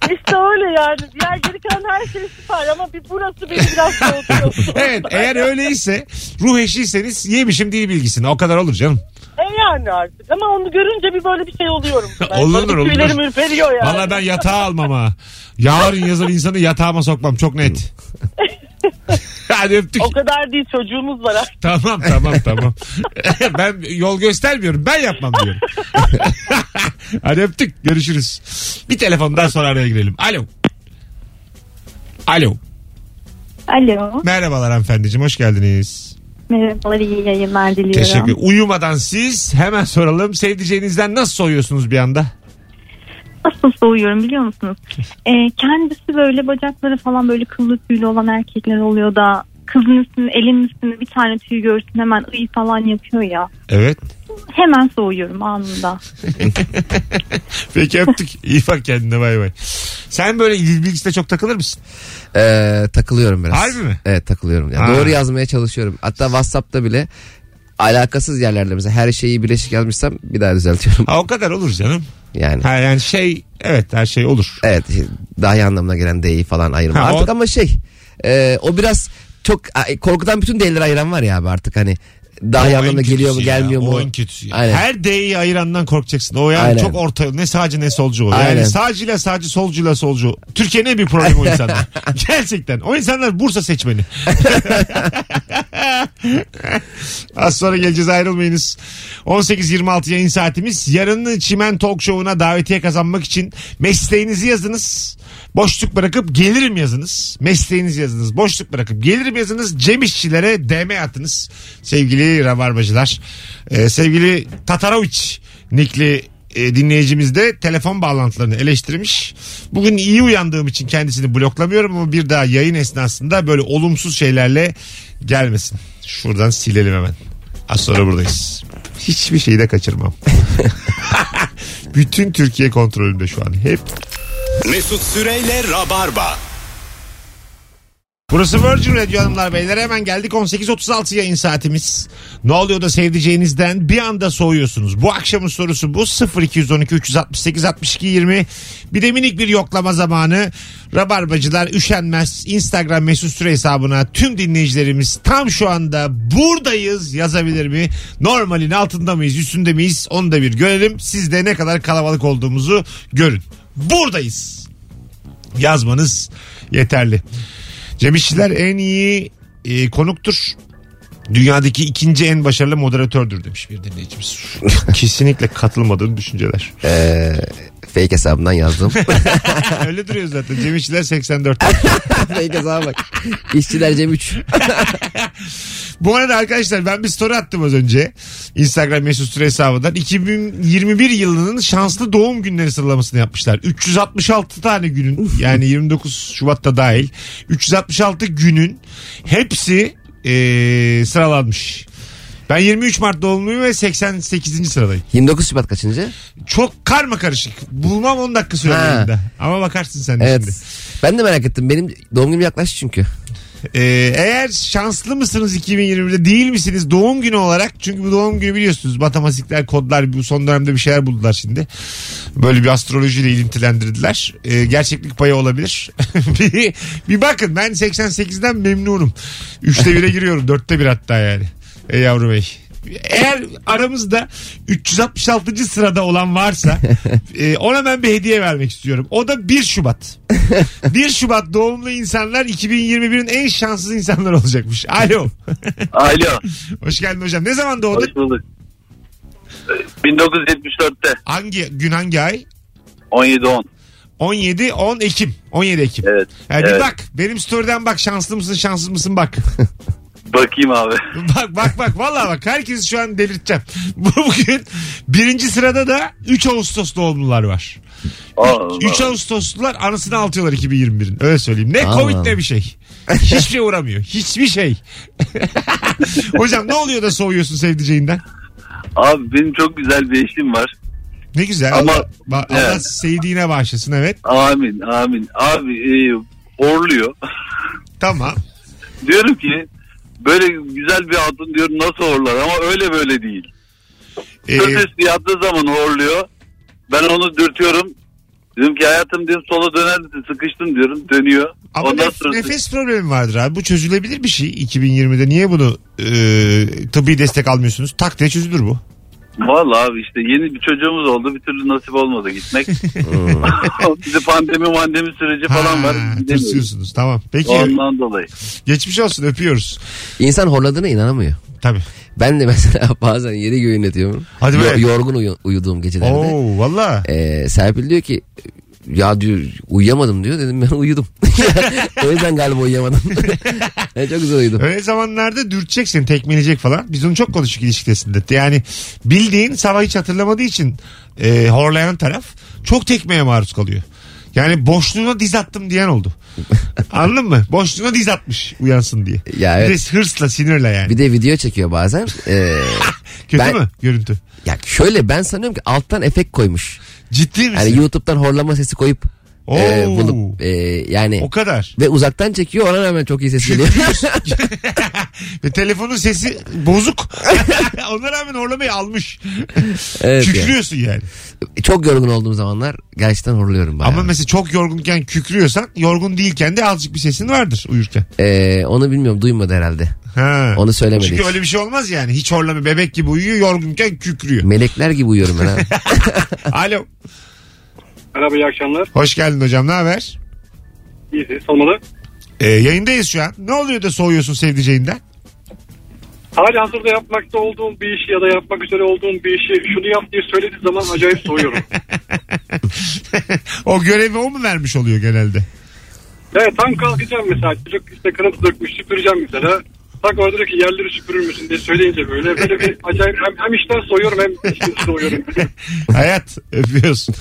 S7: İşte öyle yani. Diğer geri kalan her şey süper ama bir burası beni biraz soğutuyor.
S2: evet eğer öyleyse ruh eşiyseniz yemişim dil bilgisini. O kadar olur canım.
S7: E yani artık ama onu görünce bir böyle bir şey oluyorum. Ben
S2: Olunur,
S7: Böyle bir
S2: olunur.
S7: Tüylerim ürperiyor yani.
S2: Valla ben yatağa almam ha. Yarın yazan insanı yatağıma sokmam çok net. Hadi öptük.
S7: O kadar değil çocuğumuz var artık.
S2: Tamam tamam tamam. ben yol göstermiyorum. Ben yapmam diyorum. Hadi öptük. Görüşürüz. Bir telefon daha sonra araya girelim. Alo. Alo.
S9: Alo.
S2: Merhabalar hanımefendiciğim. Hoş geldiniz.
S9: Merhabalar iyi yayınlar diliyorum.
S2: Teşekkür. Uyumadan siz hemen soralım. Sevdiceğinizden nasıl soyuyorsunuz bir anda?
S9: Nasıl soğuyorum biliyor musunuz? Ee, kendisi böyle bacakları falan böyle kıllı tüylü olan erkekler oluyor da kızın üstünü elin üstünü bir tane tüy görsün hemen ıy falan yapıyor ya.
S2: Evet.
S9: Hemen soğuyorum anında.
S2: Peki öptük. İyi bak kendine bay bay. Sen böyle dil bilgisine çok takılır mısın?
S3: Ee, takılıyorum biraz.
S2: Harbi mi?
S3: Evet takılıyorum. Yani
S2: Ha.
S3: doğru yazmaya çalışıyorum. Hatta WhatsApp'ta bile alakasız yerlerde mesela her şeyi birleşik yazmışsam bir daha düzeltiyorum.
S2: Ha, o kadar olur canım.
S3: Yani.
S2: Ha, yani şey evet her şey olur.
S3: Evet şey, dahi anlamına gelen D'yi falan ayırma.
S2: Ha,
S3: artık
S2: o-
S3: ama şey e, o biraz çok ay, korkudan bütün D'leri ayıran var ya abi artık hani
S2: O
S3: dahi
S2: en
S3: anlamına
S2: kötüsü
S3: geliyor mu
S2: ya,
S3: gelmiyor mu?
S2: O en kötüsü. ya.
S3: Aynen.
S2: Her D'yi ayırandan korkacaksın. O yani
S3: Aynen.
S2: çok orta ne sağcı ne solcu o. Yani
S3: Aynen.
S2: sağcıyla sağcı solcuyla solcu. Türkiye'nin en büyük problemi o insanlar. Gerçekten. O insanlar Bursa seçmeni. Az sonra geleceğiz ayrılmayınız. 18.26 yayın saatimiz. Yarın Çimen Talk Show'una davetiye kazanmak için mesleğinizi yazınız. Boşluk bırakıp gelirim yazınız. Mesleğinizi yazınız. Boşluk bırakıp gelirim yazınız. Cem İşçilere DM atınız. Sevgili Rabarbacılar. Ee, sevgili Tataroviç nikli e, dinleyicimiz de telefon bağlantılarını eleştirmiş. Bugün iyi uyandığım için kendisini bloklamıyorum ama bir daha yayın esnasında böyle olumsuz şeylerle gelmesin. Şuradan silelim hemen. Az sonra buradayız. Hiçbir şeyi de kaçırmam. Bütün Türkiye kontrolünde şu an. Hep
S1: Mesut Süreyle Rabarba.
S2: Burası Virgin Radio hanımlar beyler hemen geldik 18.36 yayın saatimiz. Ne oluyor da sevdiceğinizden bir anda soğuyorsunuz. Bu akşamın sorusu bu 0212 368 62 20. Bir de minik bir yoklama zamanı. Rabarbacılar üşenmez Instagram mesut süre hesabına tüm dinleyicilerimiz tam şu anda buradayız yazabilir mi? Normalin altında mıyız üstünde miyiz onu da bir görelim. Siz de ne kadar kalabalık olduğumuzu görün. Buradayız yazmanız yeterli. Cem İşçiler en iyi e, konuktur. Dünyadaki ikinci en başarılı moderatördür demiş bir dinleyicimiz. Kesinlikle katılmadığım düşünceler.
S3: E, Fake hesabından yazdım.
S2: Öyle duruyor zaten. Cem İşçiler 84.
S3: Fake hesaba bak. İşçiler Cem 3.
S2: Bu arada arkadaşlar ben bir story attım az önce. Instagram mesut süre hesabından. 2021 yılının şanslı doğum günleri sıralamasını yapmışlar. 366 tane günün yani 29 Şubat'ta dahil 366 günün hepsi e, sıralanmış. Ben 23 Mart doğumluyum ve 88. sıradayım.
S3: 29 Şubat kaçıncı?
S2: Çok karma karışık. Bulmam 10 dakika sürer
S3: Ha.
S2: elimde. Ama bakarsın sen de şimdi.
S3: Evet. Ben de merak ettim. Benim doğum günüm yaklaştı çünkü.
S2: Ee, eğer şanslı mısınız 2020'de değil misiniz doğum günü olarak? Çünkü bu doğum günü biliyorsunuz matematikler, kodlar bu son dönemde bir şeyler buldular şimdi. Böyle bir astrolojiyle ilintilendirdiler. Ee, gerçeklik payı olabilir. bir, bir bakın ben 88'den memnunum. 3'te 1'e giriyorum. 4'te 1 hatta yani. Ey yavrum ey. Eğer aramızda 366. sırada olan varsa e, ona ben bir hediye vermek istiyorum. O da 1 Şubat. 1 Şubat doğumlu insanlar 2021'in en şanssız insanlar olacakmış. Alo.
S5: Alo.
S2: Hoş geldin hocam. Ne zaman doğdun?
S5: bulduk.
S6: E,
S5: 1974'te
S2: Hangi gün hangi ay?
S5: 17-10.
S2: 17 10 Ekim. 17 Ekim.
S5: Evet.
S2: Yani bir
S5: evet.
S2: bak benim story'den bak şanslı mısın şanssız mısın bak.
S5: Bakayım abi.
S2: bak bak bak vallahi bak herkesi şu an delirteceğim. Bugün birinci sırada da 3 Ağustos doğumlular var.
S5: Allah
S2: 3 Ağustoslular anısını altıyorlar 2021'in. Öyle söyleyeyim. Ne
S3: Allah
S2: Covid
S3: Allah.
S2: ne bir şey. Hiçbir şey uğramıyor. Hiçbir şey. Hocam ne oluyor da soğuyorsun sevdiceğinden?
S6: Abi benim çok güzel bir eşim var.
S2: Ne güzel.
S6: Ama-
S2: Allah, ba- Allah
S6: Evet.
S2: sevdiğine bağışlasın evet.
S6: Amin amin. Abi e, horluyor.
S2: Tamam.
S6: diyorum ki böyle güzel bir hatun diyorum nasıl horlar ama öyle böyle değil.
S2: Ee,
S6: Sırt üstü yattığı zaman horluyor. Ben onu dürtüyorum. Diyorum ki hayatım diyorum sola döner misin? Sıkıştım diyorum. Dönüyor.
S2: ama
S6: Ondan
S2: nef-
S6: sonra
S2: nefes problemi vardır abi. Bu çözülebilir bir şey 2020'de. Niye bunu e, tıbbi destek almıyorsunuz? Tak diye çözülür bu.
S6: Valla abi işte yeni bir çocuğumuz oldu. Bir türlü nasip olmadı gitmek. bir de pandemi mandemi süreci falan var.
S2: Ha,
S6: Gidemiyoruz.
S2: tırsıyorsunuz tamam. Peki
S6: Ondan dolayı.
S2: geçmiş olsun öpüyoruz.
S3: İnsan horladığına inanamıyor.
S2: Tabii.
S3: Ben de mesela bazen yere göğün ediyorum.
S2: Hadi be.
S3: Yo- yorgun uyu- uyuduğum gecelerde.
S2: Oo valla.
S3: Ee, Serpil diyor ki ya diyor uyuyamadım diyor. Dedim ben uyudum. o yüzden galiba uyuyamadım. ben çok güzel uyudum.
S2: Öyle zamanlarda dürteceksin, tekmeleyecek falan. Biz onu çok konuştuk ilişkidesinde. Yani bildiğin sabah hiç hatırlamadığı için e, horlayan taraf çok tekmeye maruz kalıyor. Yani boşluğuna diz attım diyen oldu. Anladın mı? Boşluğuna diz atmış uyansın diye.
S3: Ya
S2: Bir
S3: evet.
S2: de hırsla sinirle yani.
S3: Bir de video çekiyor bazen. Ee,
S2: Kötü
S3: ben-
S2: mü görüntü?
S3: ya şöyle ben sanıyorum ki alttan efekt koymuş.
S2: Ciddi misin?
S3: Yani YouTube'dan horlama sesi koyup
S2: Oo.
S3: e, bulup e, yani
S2: O kadar.
S3: ve uzaktan çekiyor ona rağmen çok iyi ses geliyor.
S2: Ve telefonun sesi bozuk. Ona rağmen horlamayı almış.
S3: evet yani.
S2: Kükrüyorsun yani.
S3: Çok yorgun olduğum zamanlar gerçekten horluyorum bayağı.
S2: Ama mesela çok yorgunken kükrüyorsan yorgun değilken de azıcık bir sesin vardır uyurken.
S3: Ee, onu bilmiyorum duymadı herhalde.
S2: Ha.
S3: Onu söylemedi.
S2: Çünkü öyle bir şey olmaz yani. Hiç horlama bebek gibi uyuyor yorgunken kükrüyor.
S3: Melekler gibi uyuyorum ben abi.
S2: Alo.
S10: Merhaba iyi akşamlar.
S2: Hoş geldin hocam ne haber?
S10: İyisiniz olmalı.
S2: Ee, yayındayız şu an. Ne oluyor da soğuyorsun sevdiceğinden?
S10: Hali hazırda yapmakta olduğum bir işi ya da yapmak üzere olduğum bir işi şunu yap diye söylediği zaman acayip soğuyorum.
S2: o görevi o mu vermiş oluyor genelde?
S10: evet tam kalkacağım mesela çocuk işte kanıt dökmüş süpüreceğim mesela. Tak orada diyor ki yerleri süpürür müsün diye söyleyince böyle böyle bir acayip hem, hem işten soğuyorum hem işten soğuyorum.
S2: Hayat öpüyorsun.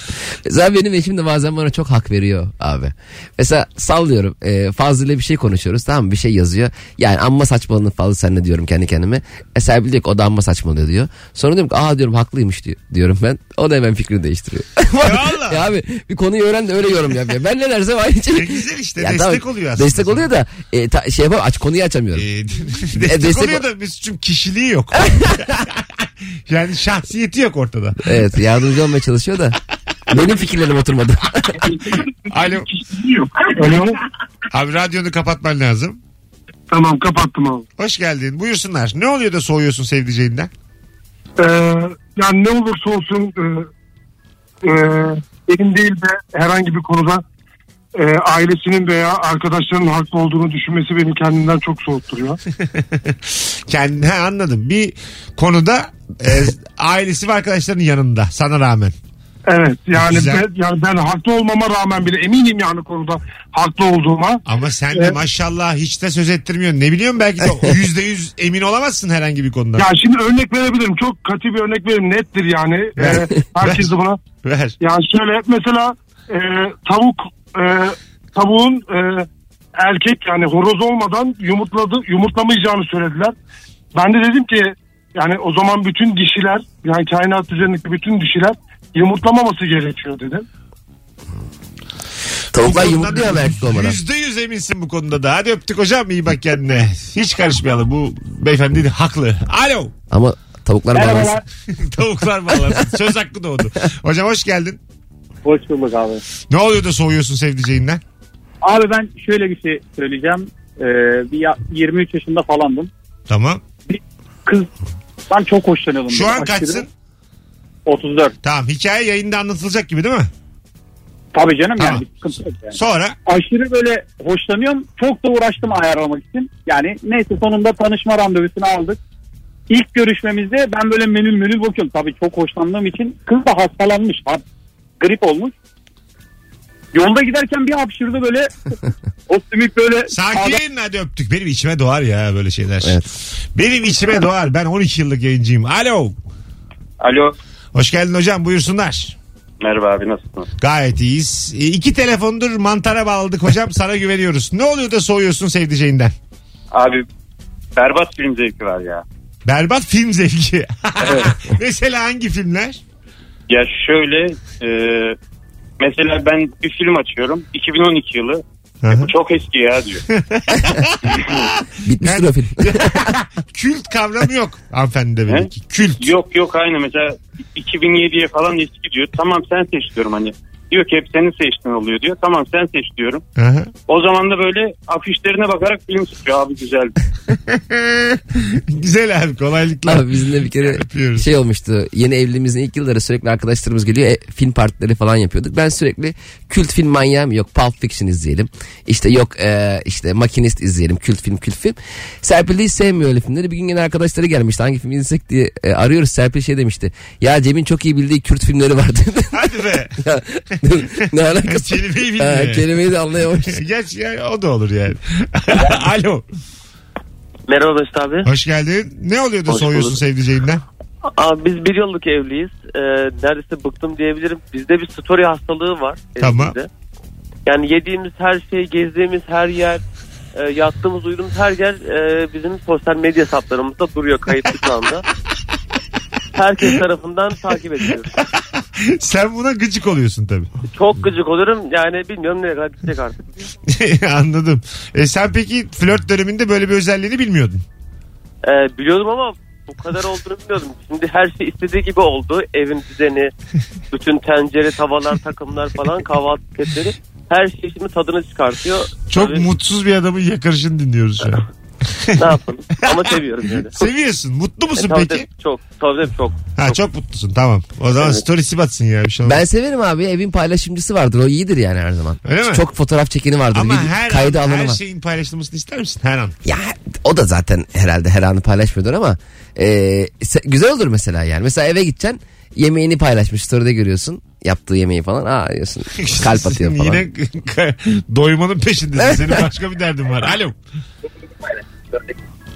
S3: Zaten benim eşim de bazen bana çok hak veriyor abi. Mesela sallıyorum. E, Fazlı ile bir şey konuşuyoruz tamam mı? Bir şey yazıyor. Yani amma saçmalığını fazla sen ne diyorum kendi kendime. E Serpil diyor ki o da amma saçmalıyor diyor. Sonra diyorum ki aa diyorum haklıymış diyor, diyorum ben. O da hemen fikrini değiştiriyor.
S2: valla?
S3: ya abi bir konuyu öğren de öyle yorum yap. ya. Ben ne dersem aynı
S2: Ne
S3: şey.
S2: güzel işte
S3: Ya
S2: destek
S3: tamam,
S2: oluyor aslında.
S3: Destek oluyor da e, ta- şey yapamam aç konuyu açamıyorum.
S2: Ee,
S3: E,
S2: destek,
S3: destek
S2: oluyor
S3: o-
S2: da Mesut'cum kişiliği yok. yani şahsiyeti yok ortada.
S3: Evet yardımcı olmaya çalışıyor da. Benim fikirlerim oturmadı.
S2: Alo.
S5: Alo.
S2: Abi radyonu kapatman lazım.
S5: Tamam kapattım abi.
S2: Hoş geldin. Buyursunlar. Ne oluyor da soğuyorsun sevdiceğinden?
S5: Ee, yani ne olursa olsun e, e, benim değil de herhangi bir konuda e, ailesinin veya arkadaşlarının haklı olduğunu düşünmesi beni kendimden çok soğutturuyor.
S2: Kendine anladım. Bir konuda e, ailesi ve arkadaşlarının yanında sana rağmen.
S5: Evet yani
S2: Güzel.
S5: ben, yani ben haklı olmama rağmen bile eminim yani konuda haklı olduğuma.
S2: Ama sen de maşallah hiç de söz ettirmiyorsun. Ne biliyorum belki de yüzde yüz emin olamazsın herhangi bir konuda.
S5: Ya şimdi örnek verebilirim. Çok katı bir örnek veririm. Nettir yani.
S2: Ver.
S5: Ee, herkes de buna.
S2: Ver.
S5: Yani şöyle mesela e, tavuk e, tavuğun e, erkek yani horoz olmadan yumurtladı yumurtlamayacağını söylediler. Ben de dedim ki yani o zaman bütün dişiler yani kainat üzerindeki bütün dişiler yumurtlamaması gerekiyor dedim.
S3: Tavuklar yumurtluyor ama erkek olmadan.
S2: Yüzde yüz eminsin bu konuda da. Hadi öptük hocam iyi bak kendine. Hiç karışmayalım bu beyefendi de haklı. Alo.
S3: Ama tavuklar bağlansın.
S2: Tavuklar bağlansın. Söz hakkı doğdu. Hocam hoş geldin.
S4: Hoş bulduk abi.
S2: Ne oluyor da soğuyorsun sevdiceğinden?
S4: Abi ben şöyle bir şey söyleyeceğim. Ee, bir ya- 23 yaşında falandım.
S2: Tamam.
S4: Kız ben çok hoşlanıyordum.
S2: Şu
S4: Böyle
S2: an
S4: aşırı.
S2: kaçsın?
S4: 34.
S2: Tamam hikaye yayında anlatılacak gibi değil mi?
S4: Tabii canım
S2: Tamam.
S4: yani bir sıkıntı yok yani.
S2: Sonra
S4: Aşırı böyle hoşlanıyorum. Çok da uğraştım ayarlamak için. Yani neyse sonunda tanışma randevusunu aldık. İlk görüşmemizde ben böyle menül menül bakıyorum. Tabii çok hoşlandığım için kız da hastalanmış. ha- Grip olmuş. Yolda giderken bir hapşırdı böyle. o sümük böyle.
S2: sakin hadi öptük. Benim içime doğar ya böyle şeyler.
S3: Evet.
S2: Benim içime doğar. Ben 12 yıllık yayıncıyım. Alo.
S10: Alo.
S2: Hoş geldin hocam buyursunlar.
S5: Merhaba abi nasılsın?
S2: Gayet iyiyiz. E, iki telefondur mantara bağladık hocam sana güveniyoruz. Ne oluyor da soğuyorsun sevdiceğinden?
S5: Abi berbat film zevki var ya.
S2: Berbat film zevki. Mesela hangi filmler?
S5: Ya şöyle e, mesela ben bir film açıyorum 2012 yılı
S2: Hı hı.
S5: Bu çok eski ya diyor.
S3: Bitmiştir
S2: Yani-
S3: o film.
S2: Kült kavramı yok hanımefendi de belli
S5: He?
S2: ki. Kült.
S5: yok yok aynı mesela 2007'ye falan eski diyor. Tamam sen seç diyorum hani. Diyor ki hep senin seçtin oluyor diyor. Tamam sen seç diyorum.
S2: Hı hı.
S5: O zaman da böyle afişlerine bakarak film çıkıyor abi güzel.
S2: Güzel abi kolaylıklar.
S3: Abi bizim de bir kere
S2: Öpüyoruz.
S3: şey olmuştu. Yeni evliliğimizin ilk yılları sürekli arkadaşlarımız geliyor. E, film partileri falan yapıyorduk. Ben sürekli kült film manyağım yok. Pulp Fiction izleyelim. İşte yok e, işte Makinist izleyelim. Kült film kült film. Serpil de hiç sevmiyor öyle filmleri. Bir gün yine arkadaşları gelmişti. Hangi film izlesek diye e, arıyoruz. Serpil şey demişti. Ya Cem'in çok iyi bildiği Kürt filmleri vardı.
S2: Hadi be.
S3: ne alakası?
S2: Kelimeyi bilmiyor.
S3: Ha, kelimeyi de anlayamamış.
S2: Gerçi ya, o da olur yani. Alo.
S11: Merhaba Mesut abi.
S2: Hoş geldin. Ne oluyor da
S11: Hoş
S2: soğuyorsun
S11: bulduk.
S2: sevdiceğinden?
S11: Abi biz bir yıllık evliyiz. Ee, neredeyse bıktım diyebilirim. Bizde bir story hastalığı var.
S2: Tamam.
S11: evimizde. Yani yediğimiz her şey, gezdiğimiz her yer, e, yattığımız, uyuduğumuz her yer e, bizim sosyal medya hesaplarımızda duruyor kayıtlı şu anda. Herkes tarafından takip ediliyoruz.
S2: Sen buna gıcık oluyorsun tabii.
S11: Çok gıcık olurum. Yani bilmiyorum nereye kadar gidecek artık.
S2: Anladım. E sen peki flört döneminde böyle bir özelliğini bilmiyordun.
S11: Ee, biliyordum ama bu kadar olduğunu bilmiyordum. Şimdi her şey istediği gibi oldu. Evin düzeni, bütün tencere, tavalar, takımlar falan kahvaltı paketleri. Her şey şimdi tadını çıkartıyor.
S2: Çok
S11: Tabii,
S2: mutsuz bir adamın yakarışını dinliyoruz şu an.
S11: Ne yapalım? Ama seviyorum yani. E,
S2: Seviyorsun. Mutlu musun
S11: Tabii
S2: peki?
S11: Çok. Tabii çok.
S2: Ha çok mutlusun tamam. O zaman storiesi batsın ya bir şey olmaz.
S3: Ben severim abi. Evin paylaşımcısı vardır. O iyidir yani her zaman.
S2: Öyle mi?
S3: Çok fotoğraf çekeni vardır.
S2: Ama
S3: video-
S2: her,
S3: kaydı
S2: an,
S3: alanı
S2: her şey
S3: var.
S2: şeyin paylaşılmasını ister misin? Her an.
S3: Ya o da zaten herhalde her anı paylaşmıyordur ama e, se- güzel olur mesela yani. Mesela eve gideceksin yemeğini paylaşmış story'de görüyorsun yaptığı yemeği falan. Aa diyorsun kalp atıyor falan.
S2: Yine doymanın peşindesin. Senin başka bir derdin var. Alo.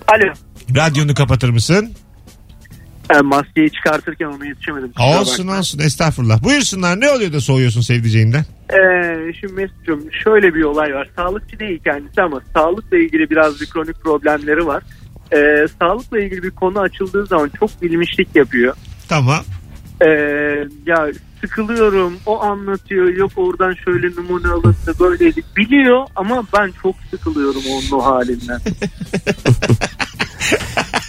S4: Alo.
S2: Radyonu kapatır mısın?
S4: maskeyi çıkartırken ona yetişemedim.
S2: Olsun olsun estağfurullah. Buyursunlar ne oluyor da soğuyorsun sevdiceğinden?
S4: Ee, şimdi Mesut'cum şöyle bir olay var. Sağlıkçı değil kendisi ama sağlıkla ilgili biraz bir kronik problemleri var. Ee, sağlıkla ilgili bir konu açıldığı zaman çok bilmişlik yapıyor.
S2: Tamam.
S4: Ee, ya sıkılıyorum o anlatıyor yok oradan şöyle numune alındı böyleydi biliyor ama ben çok sıkılıyorum onun o halinden.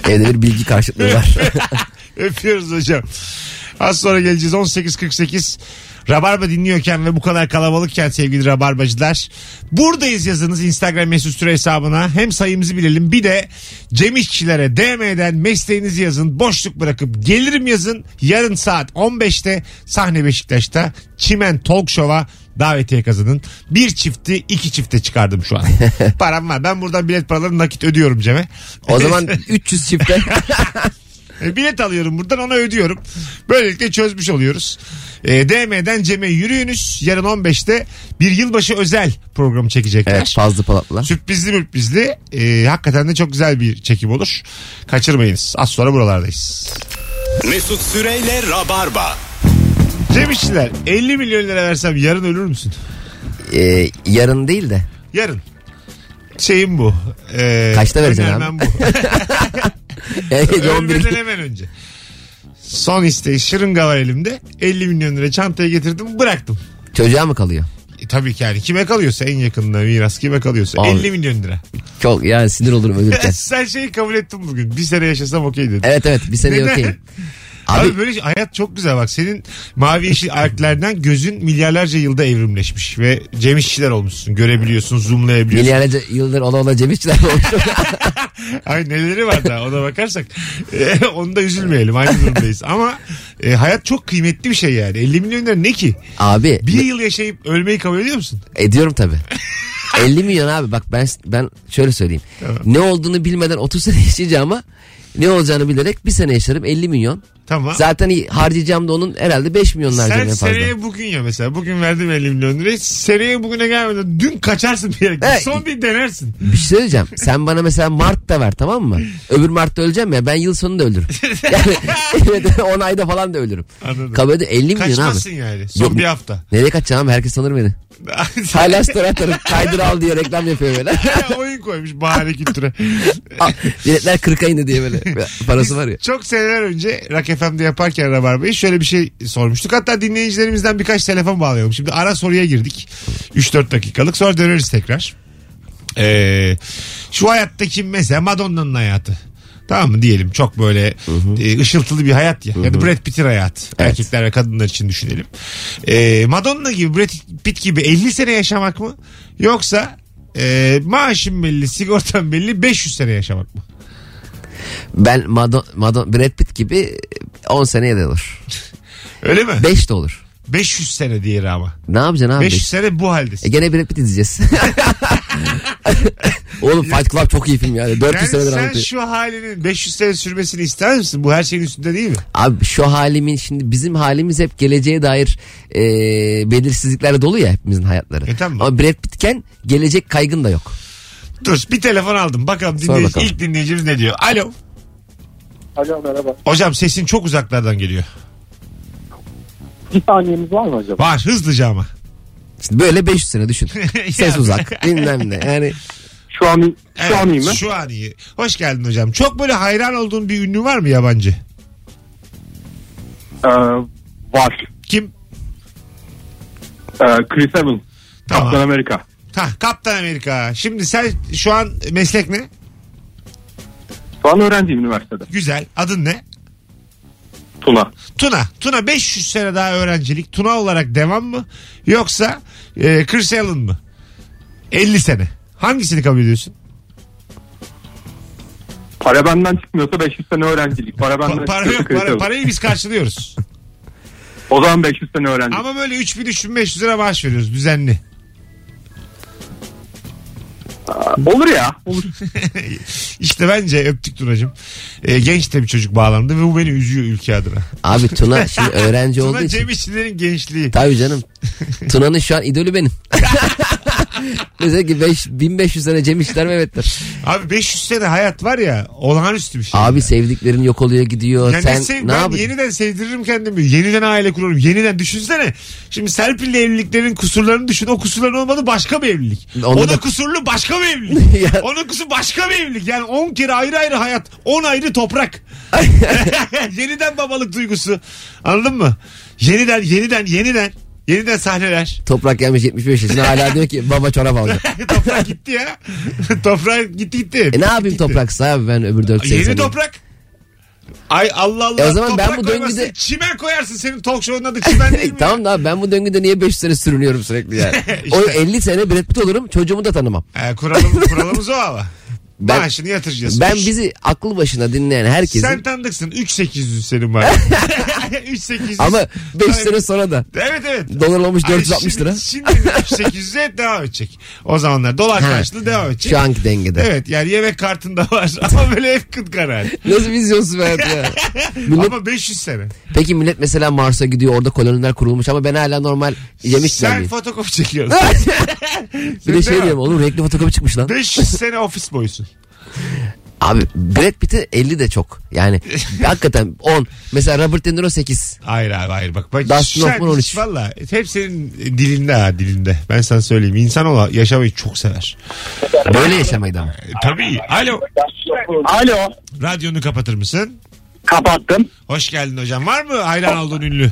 S3: Evde bir bilgi karşıtlığı var.
S2: Öpüyoruz hocam. Az sonra geleceğiz 18.48. Rabarba dinliyorken ve bu kadar kalabalıkken sevgili Rabarbacılar. Buradayız yazınız Instagram mesut süre hesabına. Hem sayımızı bilelim bir de Cem İşçilere DM'den mesleğinizi yazın. Boşluk bırakıp gelirim yazın. Yarın saat 15'te sahne Beşiktaş'ta Çimen Talk Show'a davetiye kazanın. Bir çifti iki çifte çıkardım şu an. Param var. Ben buradan bilet paralarını nakit ödüyorum Cem'e.
S3: o zaman 300 çifte
S2: E, bilet alıyorum buradan ona ödüyorum. Böylelikle çözmüş oluyoruz. E, DM'den Cem'e yürüyünüz. Yarın 15'te bir yılbaşı özel programı çekecekler.
S3: evet, fazla palatla.
S2: Sürprizli mürprizli. E, hakikaten de çok güzel bir çekim olur. Kaçırmayınız. Az sonra buralardayız.
S1: Mesut Süreyle Rabarba.
S2: Cem İşçiler 50 milyon lira versem yarın ölür müsün?
S3: Ee, yarın değil de
S2: Yarın. Şeyim bu. E,
S3: Kaçta vereceksin
S2: önermem Bu.
S3: Gece 11
S2: Ölmeden hemen önce. Son isteği şırınga var elimde. 50 milyon lira çantaya getirdim bıraktım.
S3: çocuğa mı kalıyor?
S2: E, tabii ki yani kime kalıyorsa en yakınına miras kime kalıyorsa
S3: Abi.
S2: 50 milyon lira.
S3: Çok yani sinir olurum ölürken.
S2: Sen şeyi kabul ettin bugün. Bir sene yaşasam okey dedin.
S3: evet evet bir sene
S2: Neden?
S3: okeyim.
S2: Abi,
S3: Abi,
S2: böyle şey- hayat çok güzel bak. Senin mavi yeşil alplerden gözün milyarlarca yılda evrimleşmiş ve Cem İşçiler olmuşsun. Görebiliyorsun, zoomlayabiliyorsun.
S3: milyarlarca yıldır ola ola cemişçiler olmuş.
S2: Ay neleri var daha ona bakarsak. E, onu da üzülmeyelim. Aynı durumdayız. Ama e, hayat çok kıymetli bir şey yani. 50 milyon lira ne ki?
S3: Abi
S2: Bir yıl yaşayıp ölmeyi kabul ediyor musun?
S3: Ediyorum tabi. 50 milyon abi bak ben ben şöyle söyleyeyim. Ne olduğunu bilmeden 30 sene yaşayacağıma ne olacağını bilerek bir sene yaşarım 50 milyon.
S2: Tamam.
S3: Zaten iyi- harcayacağım da onun herhalde 5 milyon
S2: Sen
S3: harcayacağım en fazla.
S2: seneye bugün ya mesela. Bugün verdim 50 milyon lirayı. Seneye bugüne gelmeden dün kaçarsın bir yere.
S3: Evet.
S2: Son bir denersin.
S3: Bir şey söyleyeceğim. Sen bana mesela Mart'ta ver tamam mı? Öbür Mart'ta öleceğim ya ben yıl sonunda ölürüm. Yani evet, 10 ayda falan da ölürüm.
S2: Anladım.
S3: Kabul ediyor 50 milyon abi.
S2: Kaçmazsın yani. Son
S3: Yok.
S2: bir hafta.
S3: Nereye kaçacağım abi? Herkes sanır beni. Hala story atarım. Kaydır al diye reklam yapıyor böyle.
S2: oyun koymuş bahane kültüre.
S3: Al, Biletler 40'a indi diye böyle. Parası var ya.
S2: Çok seneler önce Rock FM'de yaparken Rabarba'yı şöyle bir şey sormuştuk. Hatta dinleyicilerimizden birkaç telefon bağlayalım. Şimdi ara soruya girdik. 3-4 dakikalık sonra döneriz tekrar. Ee, şu hayattaki mesela Madonna'nın hayatı. Tamam mı diyelim çok böyle e, ışıltılı bir hayat ya. Ya da Brad Pitt'in hayatı.
S3: Evet.
S2: Erkekler ve kadınlar için düşünelim. Ee, Madonna gibi Brad Pitt gibi 50 sene yaşamak mı? Yoksa e, maaşın belli, sigortan belli 500 sene yaşamak mı?
S3: Ben Madon, Madon, Brad Pitt gibi 10 seneye de olur.
S2: Öyle mi?
S3: 5 de olur.
S2: 500 sene diğeri ama.
S3: Ne yapacaksın abi?
S2: 500
S3: 500.
S2: sene bu
S3: E
S2: haldesin.
S3: gene Brad Pitt izleyeceğiz. Oğlum Fight Club çok iyi film yani. 400
S2: Yani
S3: senedir
S2: sen
S3: anlatıyor.
S2: şu halinin 500 sene sürmesini ister misin? Bu her şeyin üstünde değil mi?
S3: Abi şu halimin şimdi bizim halimiz hep geleceğe dair e, belirsizliklerle dolu ya hepimizin hayatları.
S2: E tamam.
S3: Ama Brad Pitt'ken gelecek kaygın da yok.
S2: Dur bir telefon aldım. Bakalım,
S3: Sor
S2: dinleyici,
S3: bakalım.
S2: ilk dinleyicimiz ne diyor? Alo.
S4: Alo merhaba.
S2: Hocam sesin çok uzaklardan geliyor.
S4: Bir saniyemiz var mı acaba?
S2: Var hızlıca ama.
S3: Şimdi böyle 500 sene düşün. Ses
S2: Ya.
S3: uzak bilmem ne yani.
S4: Şu an
S2: Evet, Şu an iyi. Hoş geldin hocam. Çok böyle hayran olduğun bir ünlü var mı yabancı?
S4: Ee, var.
S2: Kim?
S4: Ee, Chris Evans.
S2: Tamam.
S4: Kaptan Amerika.
S2: Ha, Kaptan Amerika. Şimdi sen şu an meslek ne?
S4: Şu an öğrenciyim üniversitede.
S2: Güzel. Adın ne?
S4: Tuna.
S2: Tuna. Tuna 500 sene daha öğrencilik. Tuna olarak devam mı? Yoksa e, Chris Allen mı? 50 sene. Hangisini kabul ediyorsun?
S4: Para benden çıkmıyorsa 500 sene öğrencilik. Para
S2: Pa-
S4: benden
S2: para
S4: çıkıyorsa
S2: yok.
S4: Chris
S2: Para,
S4: Evans.
S2: parayı biz karşılıyoruz.
S4: O zaman 500 sene öğrencilik.
S2: Ama böyle 3000-3500 lira maaş veriyoruz düzenli.
S4: Olur ya. Olur.
S2: İşte bence öptük Tuna'cığım. E, genç de bir çocuk bağlandı ve bu beni üzüyor ülke adına.
S3: Abi Tuna şimdi öğrenci olduğu
S2: Tuna
S3: için.
S2: Cem İşçilerin gençliği.
S3: Tabii canım. Tuna'nın şu an idolü benim. Mesela ki beş- 1500 sene Cem İşler Mehmet'tir.
S2: Abi 500 sene hayat var ya olağanüstü bir şey.
S3: Abi sevdiklerin yok oluyor gidiyor.
S2: Ya
S3: Sen
S2: ne sev-
S3: ne
S2: ben
S3: yapacaksın?
S2: yeniden sevdiririm kendimi. Yeniden aile kurarım. Yeniden düşünsene. Şimdi Serpil'le evliliklerin kusurlarını düşün. O kusurların olmadı başka bir evlilik.
S3: Onda
S2: o da
S3: da-
S2: kusurlu başka bir evlilik.
S3: Ya-
S2: Onun kusur başka bir evlilik. Yani 10 kere ayrı ayrı hayat. 10 ayrı toprak. yeniden babalık duygusu. Anladın mı? Yeniden yeniden yeniden. Yeniden sahneler.
S3: Toprak gelmiş 75 yaşına hala diyor ki baba çorap alacağım.
S2: toprak gitti ya. toprak gitti gitti.
S3: E ne yapayım topraksa abi ben öbür 4 sene.
S2: Yeni toprak. Ay Allah Allah.
S3: E o zaman ben
S2: toprak
S3: bu
S2: koymazsın.
S3: döngüde-
S2: Çimen koyarsın senin talk show'un adı çimen değil mi?
S3: tamam da abi ben bu döngüde niye 500 sene sürünüyorum sürekli yani. O 50 sene Brad Pitt olurum çocuğumu da tanımam.
S2: Ee, kuralım, kuralımız o ama.
S3: Ben-
S2: Maaşını yatıracağız.
S3: Ben
S2: Üç-
S3: bizi aklı başına dinleyen herkesin
S2: Sen tanıdıksın. 3800 senin var. 3800.
S3: ama 5
S2: Tabii.
S3: sene sonra da
S2: Evet evet.
S3: dolar olmuş
S2: Ay,
S3: 460 lira.
S2: Şimdi, şimdi 3800'e hep devam edecek. O zamanlar dolar
S3: Ha.
S2: karşılığı devam edecek.
S3: Şu anki dengede.
S2: Evet yani yemek kartın da var ama böyle hep kıt karar.
S3: Nasıl vizyonsuz bir hayat ya. Millet-
S2: ama 500 sene.
S3: Peki millet mesela Mars'a gidiyor orada koloniler kurulmuş ama ben hala normal yemiş
S2: Sen
S3: Sen
S2: fotokopi çekiyorsun.
S3: Bir de şey
S2: Devam.
S3: diyorum oğlum renkli fotokopi çıkmış lan.
S2: 500 sene ofis boyusun.
S3: Abi Brad Pitt'e 50 de çok. Yani hakikaten 10. Mesela Robert De Niro 8.
S2: Hayır abi hayır bak. bak
S3: Dustin
S2: sen-
S3: Hoffman 13.
S2: Valla hep senin dilinde ha dilinde. Ben sana söyleyeyim. İnsan ola yaşamayı çok sever.
S3: Böyle yaşamaydı ama.
S2: E, tabii. Alo.
S4: Alo.
S2: Radyonu kapatır mısın?
S4: Kapattım.
S2: Hoş geldin hocam. Var mı hayran olduğun ünlü?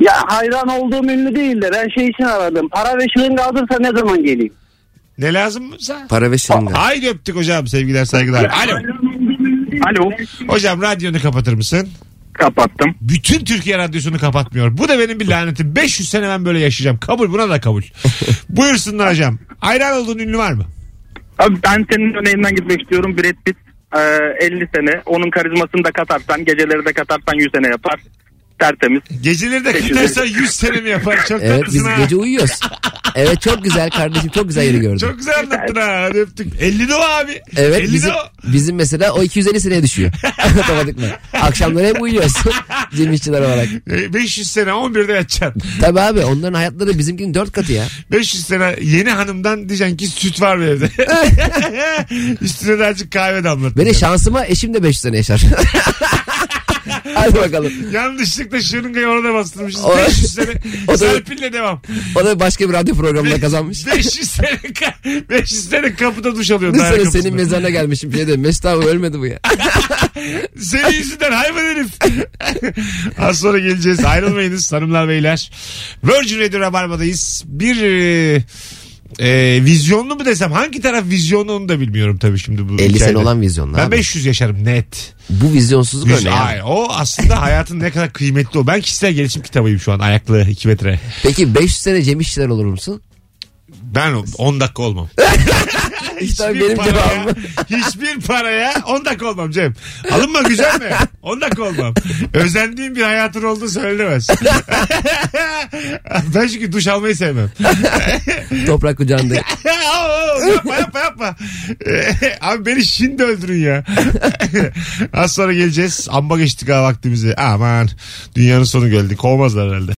S4: Ya hayran olduğum ünlü değil de ben şey için aradım. Para ve şırınga alırsa ne zaman geleyim?
S2: Ne lazım mı sana?
S3: Para ve şırınga.
S2: Haydi öptük hocam. Sevgiler saygılar. Alo.
S4: Alo.
S2: Hocam radyonu kapatır mısın?
S4: Kapattım.
S2: Bütün Türkiye radyosunu kapatmıyor. Bu da benim bir lanetim. 500 sene ben böyle yaşayacağım. Kabul buna da kabul. Buyursunlar hocam. Hayran olduğun ünlü var mı?
S4: Abi ben senin örneğinden gitmek istiyorum. Brad Pitt e, 50 sene. Onun karizmasını da katarsan, geceleri de katarsan 100 sene yapar. Tertemiz.
S2: Geceleri de
S4: 500
S2: gidersen 100 sene mi yapar? Çok
S3: Evet
S2: tatlısın
S3: biz
S2: ha.
S3: gece uyuyoruz. Evet çok güzel kardeşim çok güzel yeri gördüm.
S2: Çok güzel anlattın ha. Hadi öptük. 50 de o abi.
S3: Evet
S2: 50
S3: bizim,
S2: de o.
S3: bizim mesela o 250 seneye düşüyor. Otomatik mi? Akşamları hep uyuyoruz. Cem işçiler olarak.
S2: E, 500 sene 11'de yatacaksın.
S3: Tabii abi onların hayatları bizimkinin dört katı ya.
S2: 500 sene yeni hanımdan diyeceksin ki süt var mı evde? Üstüne de azıcık kahve damlatın.
S3: Beni şansıma eşim de 500 sene yaşar. Hadi bakalım.
S2: Yanlışlıkla şırıngayı orada bastırmışız.
S3: O-
S2: 500 sene.
S3: O da-
S2: Serpil'le devam.
S3: O da başka bir radyo programında kazanmış.
S2: 500 sene, ka- 500 sene kapıda duş alıyordu.
S3: Bir sene
S2: ayakkabısını.
S3: senin mezarına gelmişim diye de Mesut abi ölmedi bu ya.
S2: Senin yüzünden hayvan herif. Az sonra geleceğiz. Ayrılmayınız hanımlar beyler. Virgin Radio Rabarba'dayız. Bir e, e, vizyonlu mu desem hangi taraf vizyonlu onu da bilmiyorum tabii şimdi bu
S3: 50 sene
S2: hikayede.
S3: olan vizyonlu
S2: Ben
S3: abi.
S2: 500 yaşarım net.
S3: Bu vizyonsuzluk
S2: Yüz-
S3: örneği. abi.
S2: Hayır, o aslında hayatın ne kadar kıymetli o. Ben kişisel gelişim kitabıyım şu an ayaklı 2 metre.
S3: Peki 500 sene Cem İşçiler olur musun?
S2: Ben 10 dakika olmam.
S3: İşte benim cevabım.
S2: hiçbir paraya 10 dakika olmam Cem. Alınma güzel mi? 10 dakika olmam. Özendiğim bir hayatın olduğu söylenemez. ben çünkü duş almayı sevmem.
S3: Toprak kucağında.
S2: yapma yapma yapma. Abi beni şimdi öldürün ya. Az sonra geleceğiz. Amba geçtik ha vaktimizi. Aman dünyanın sonu geldi. Kovmazlar herhalde.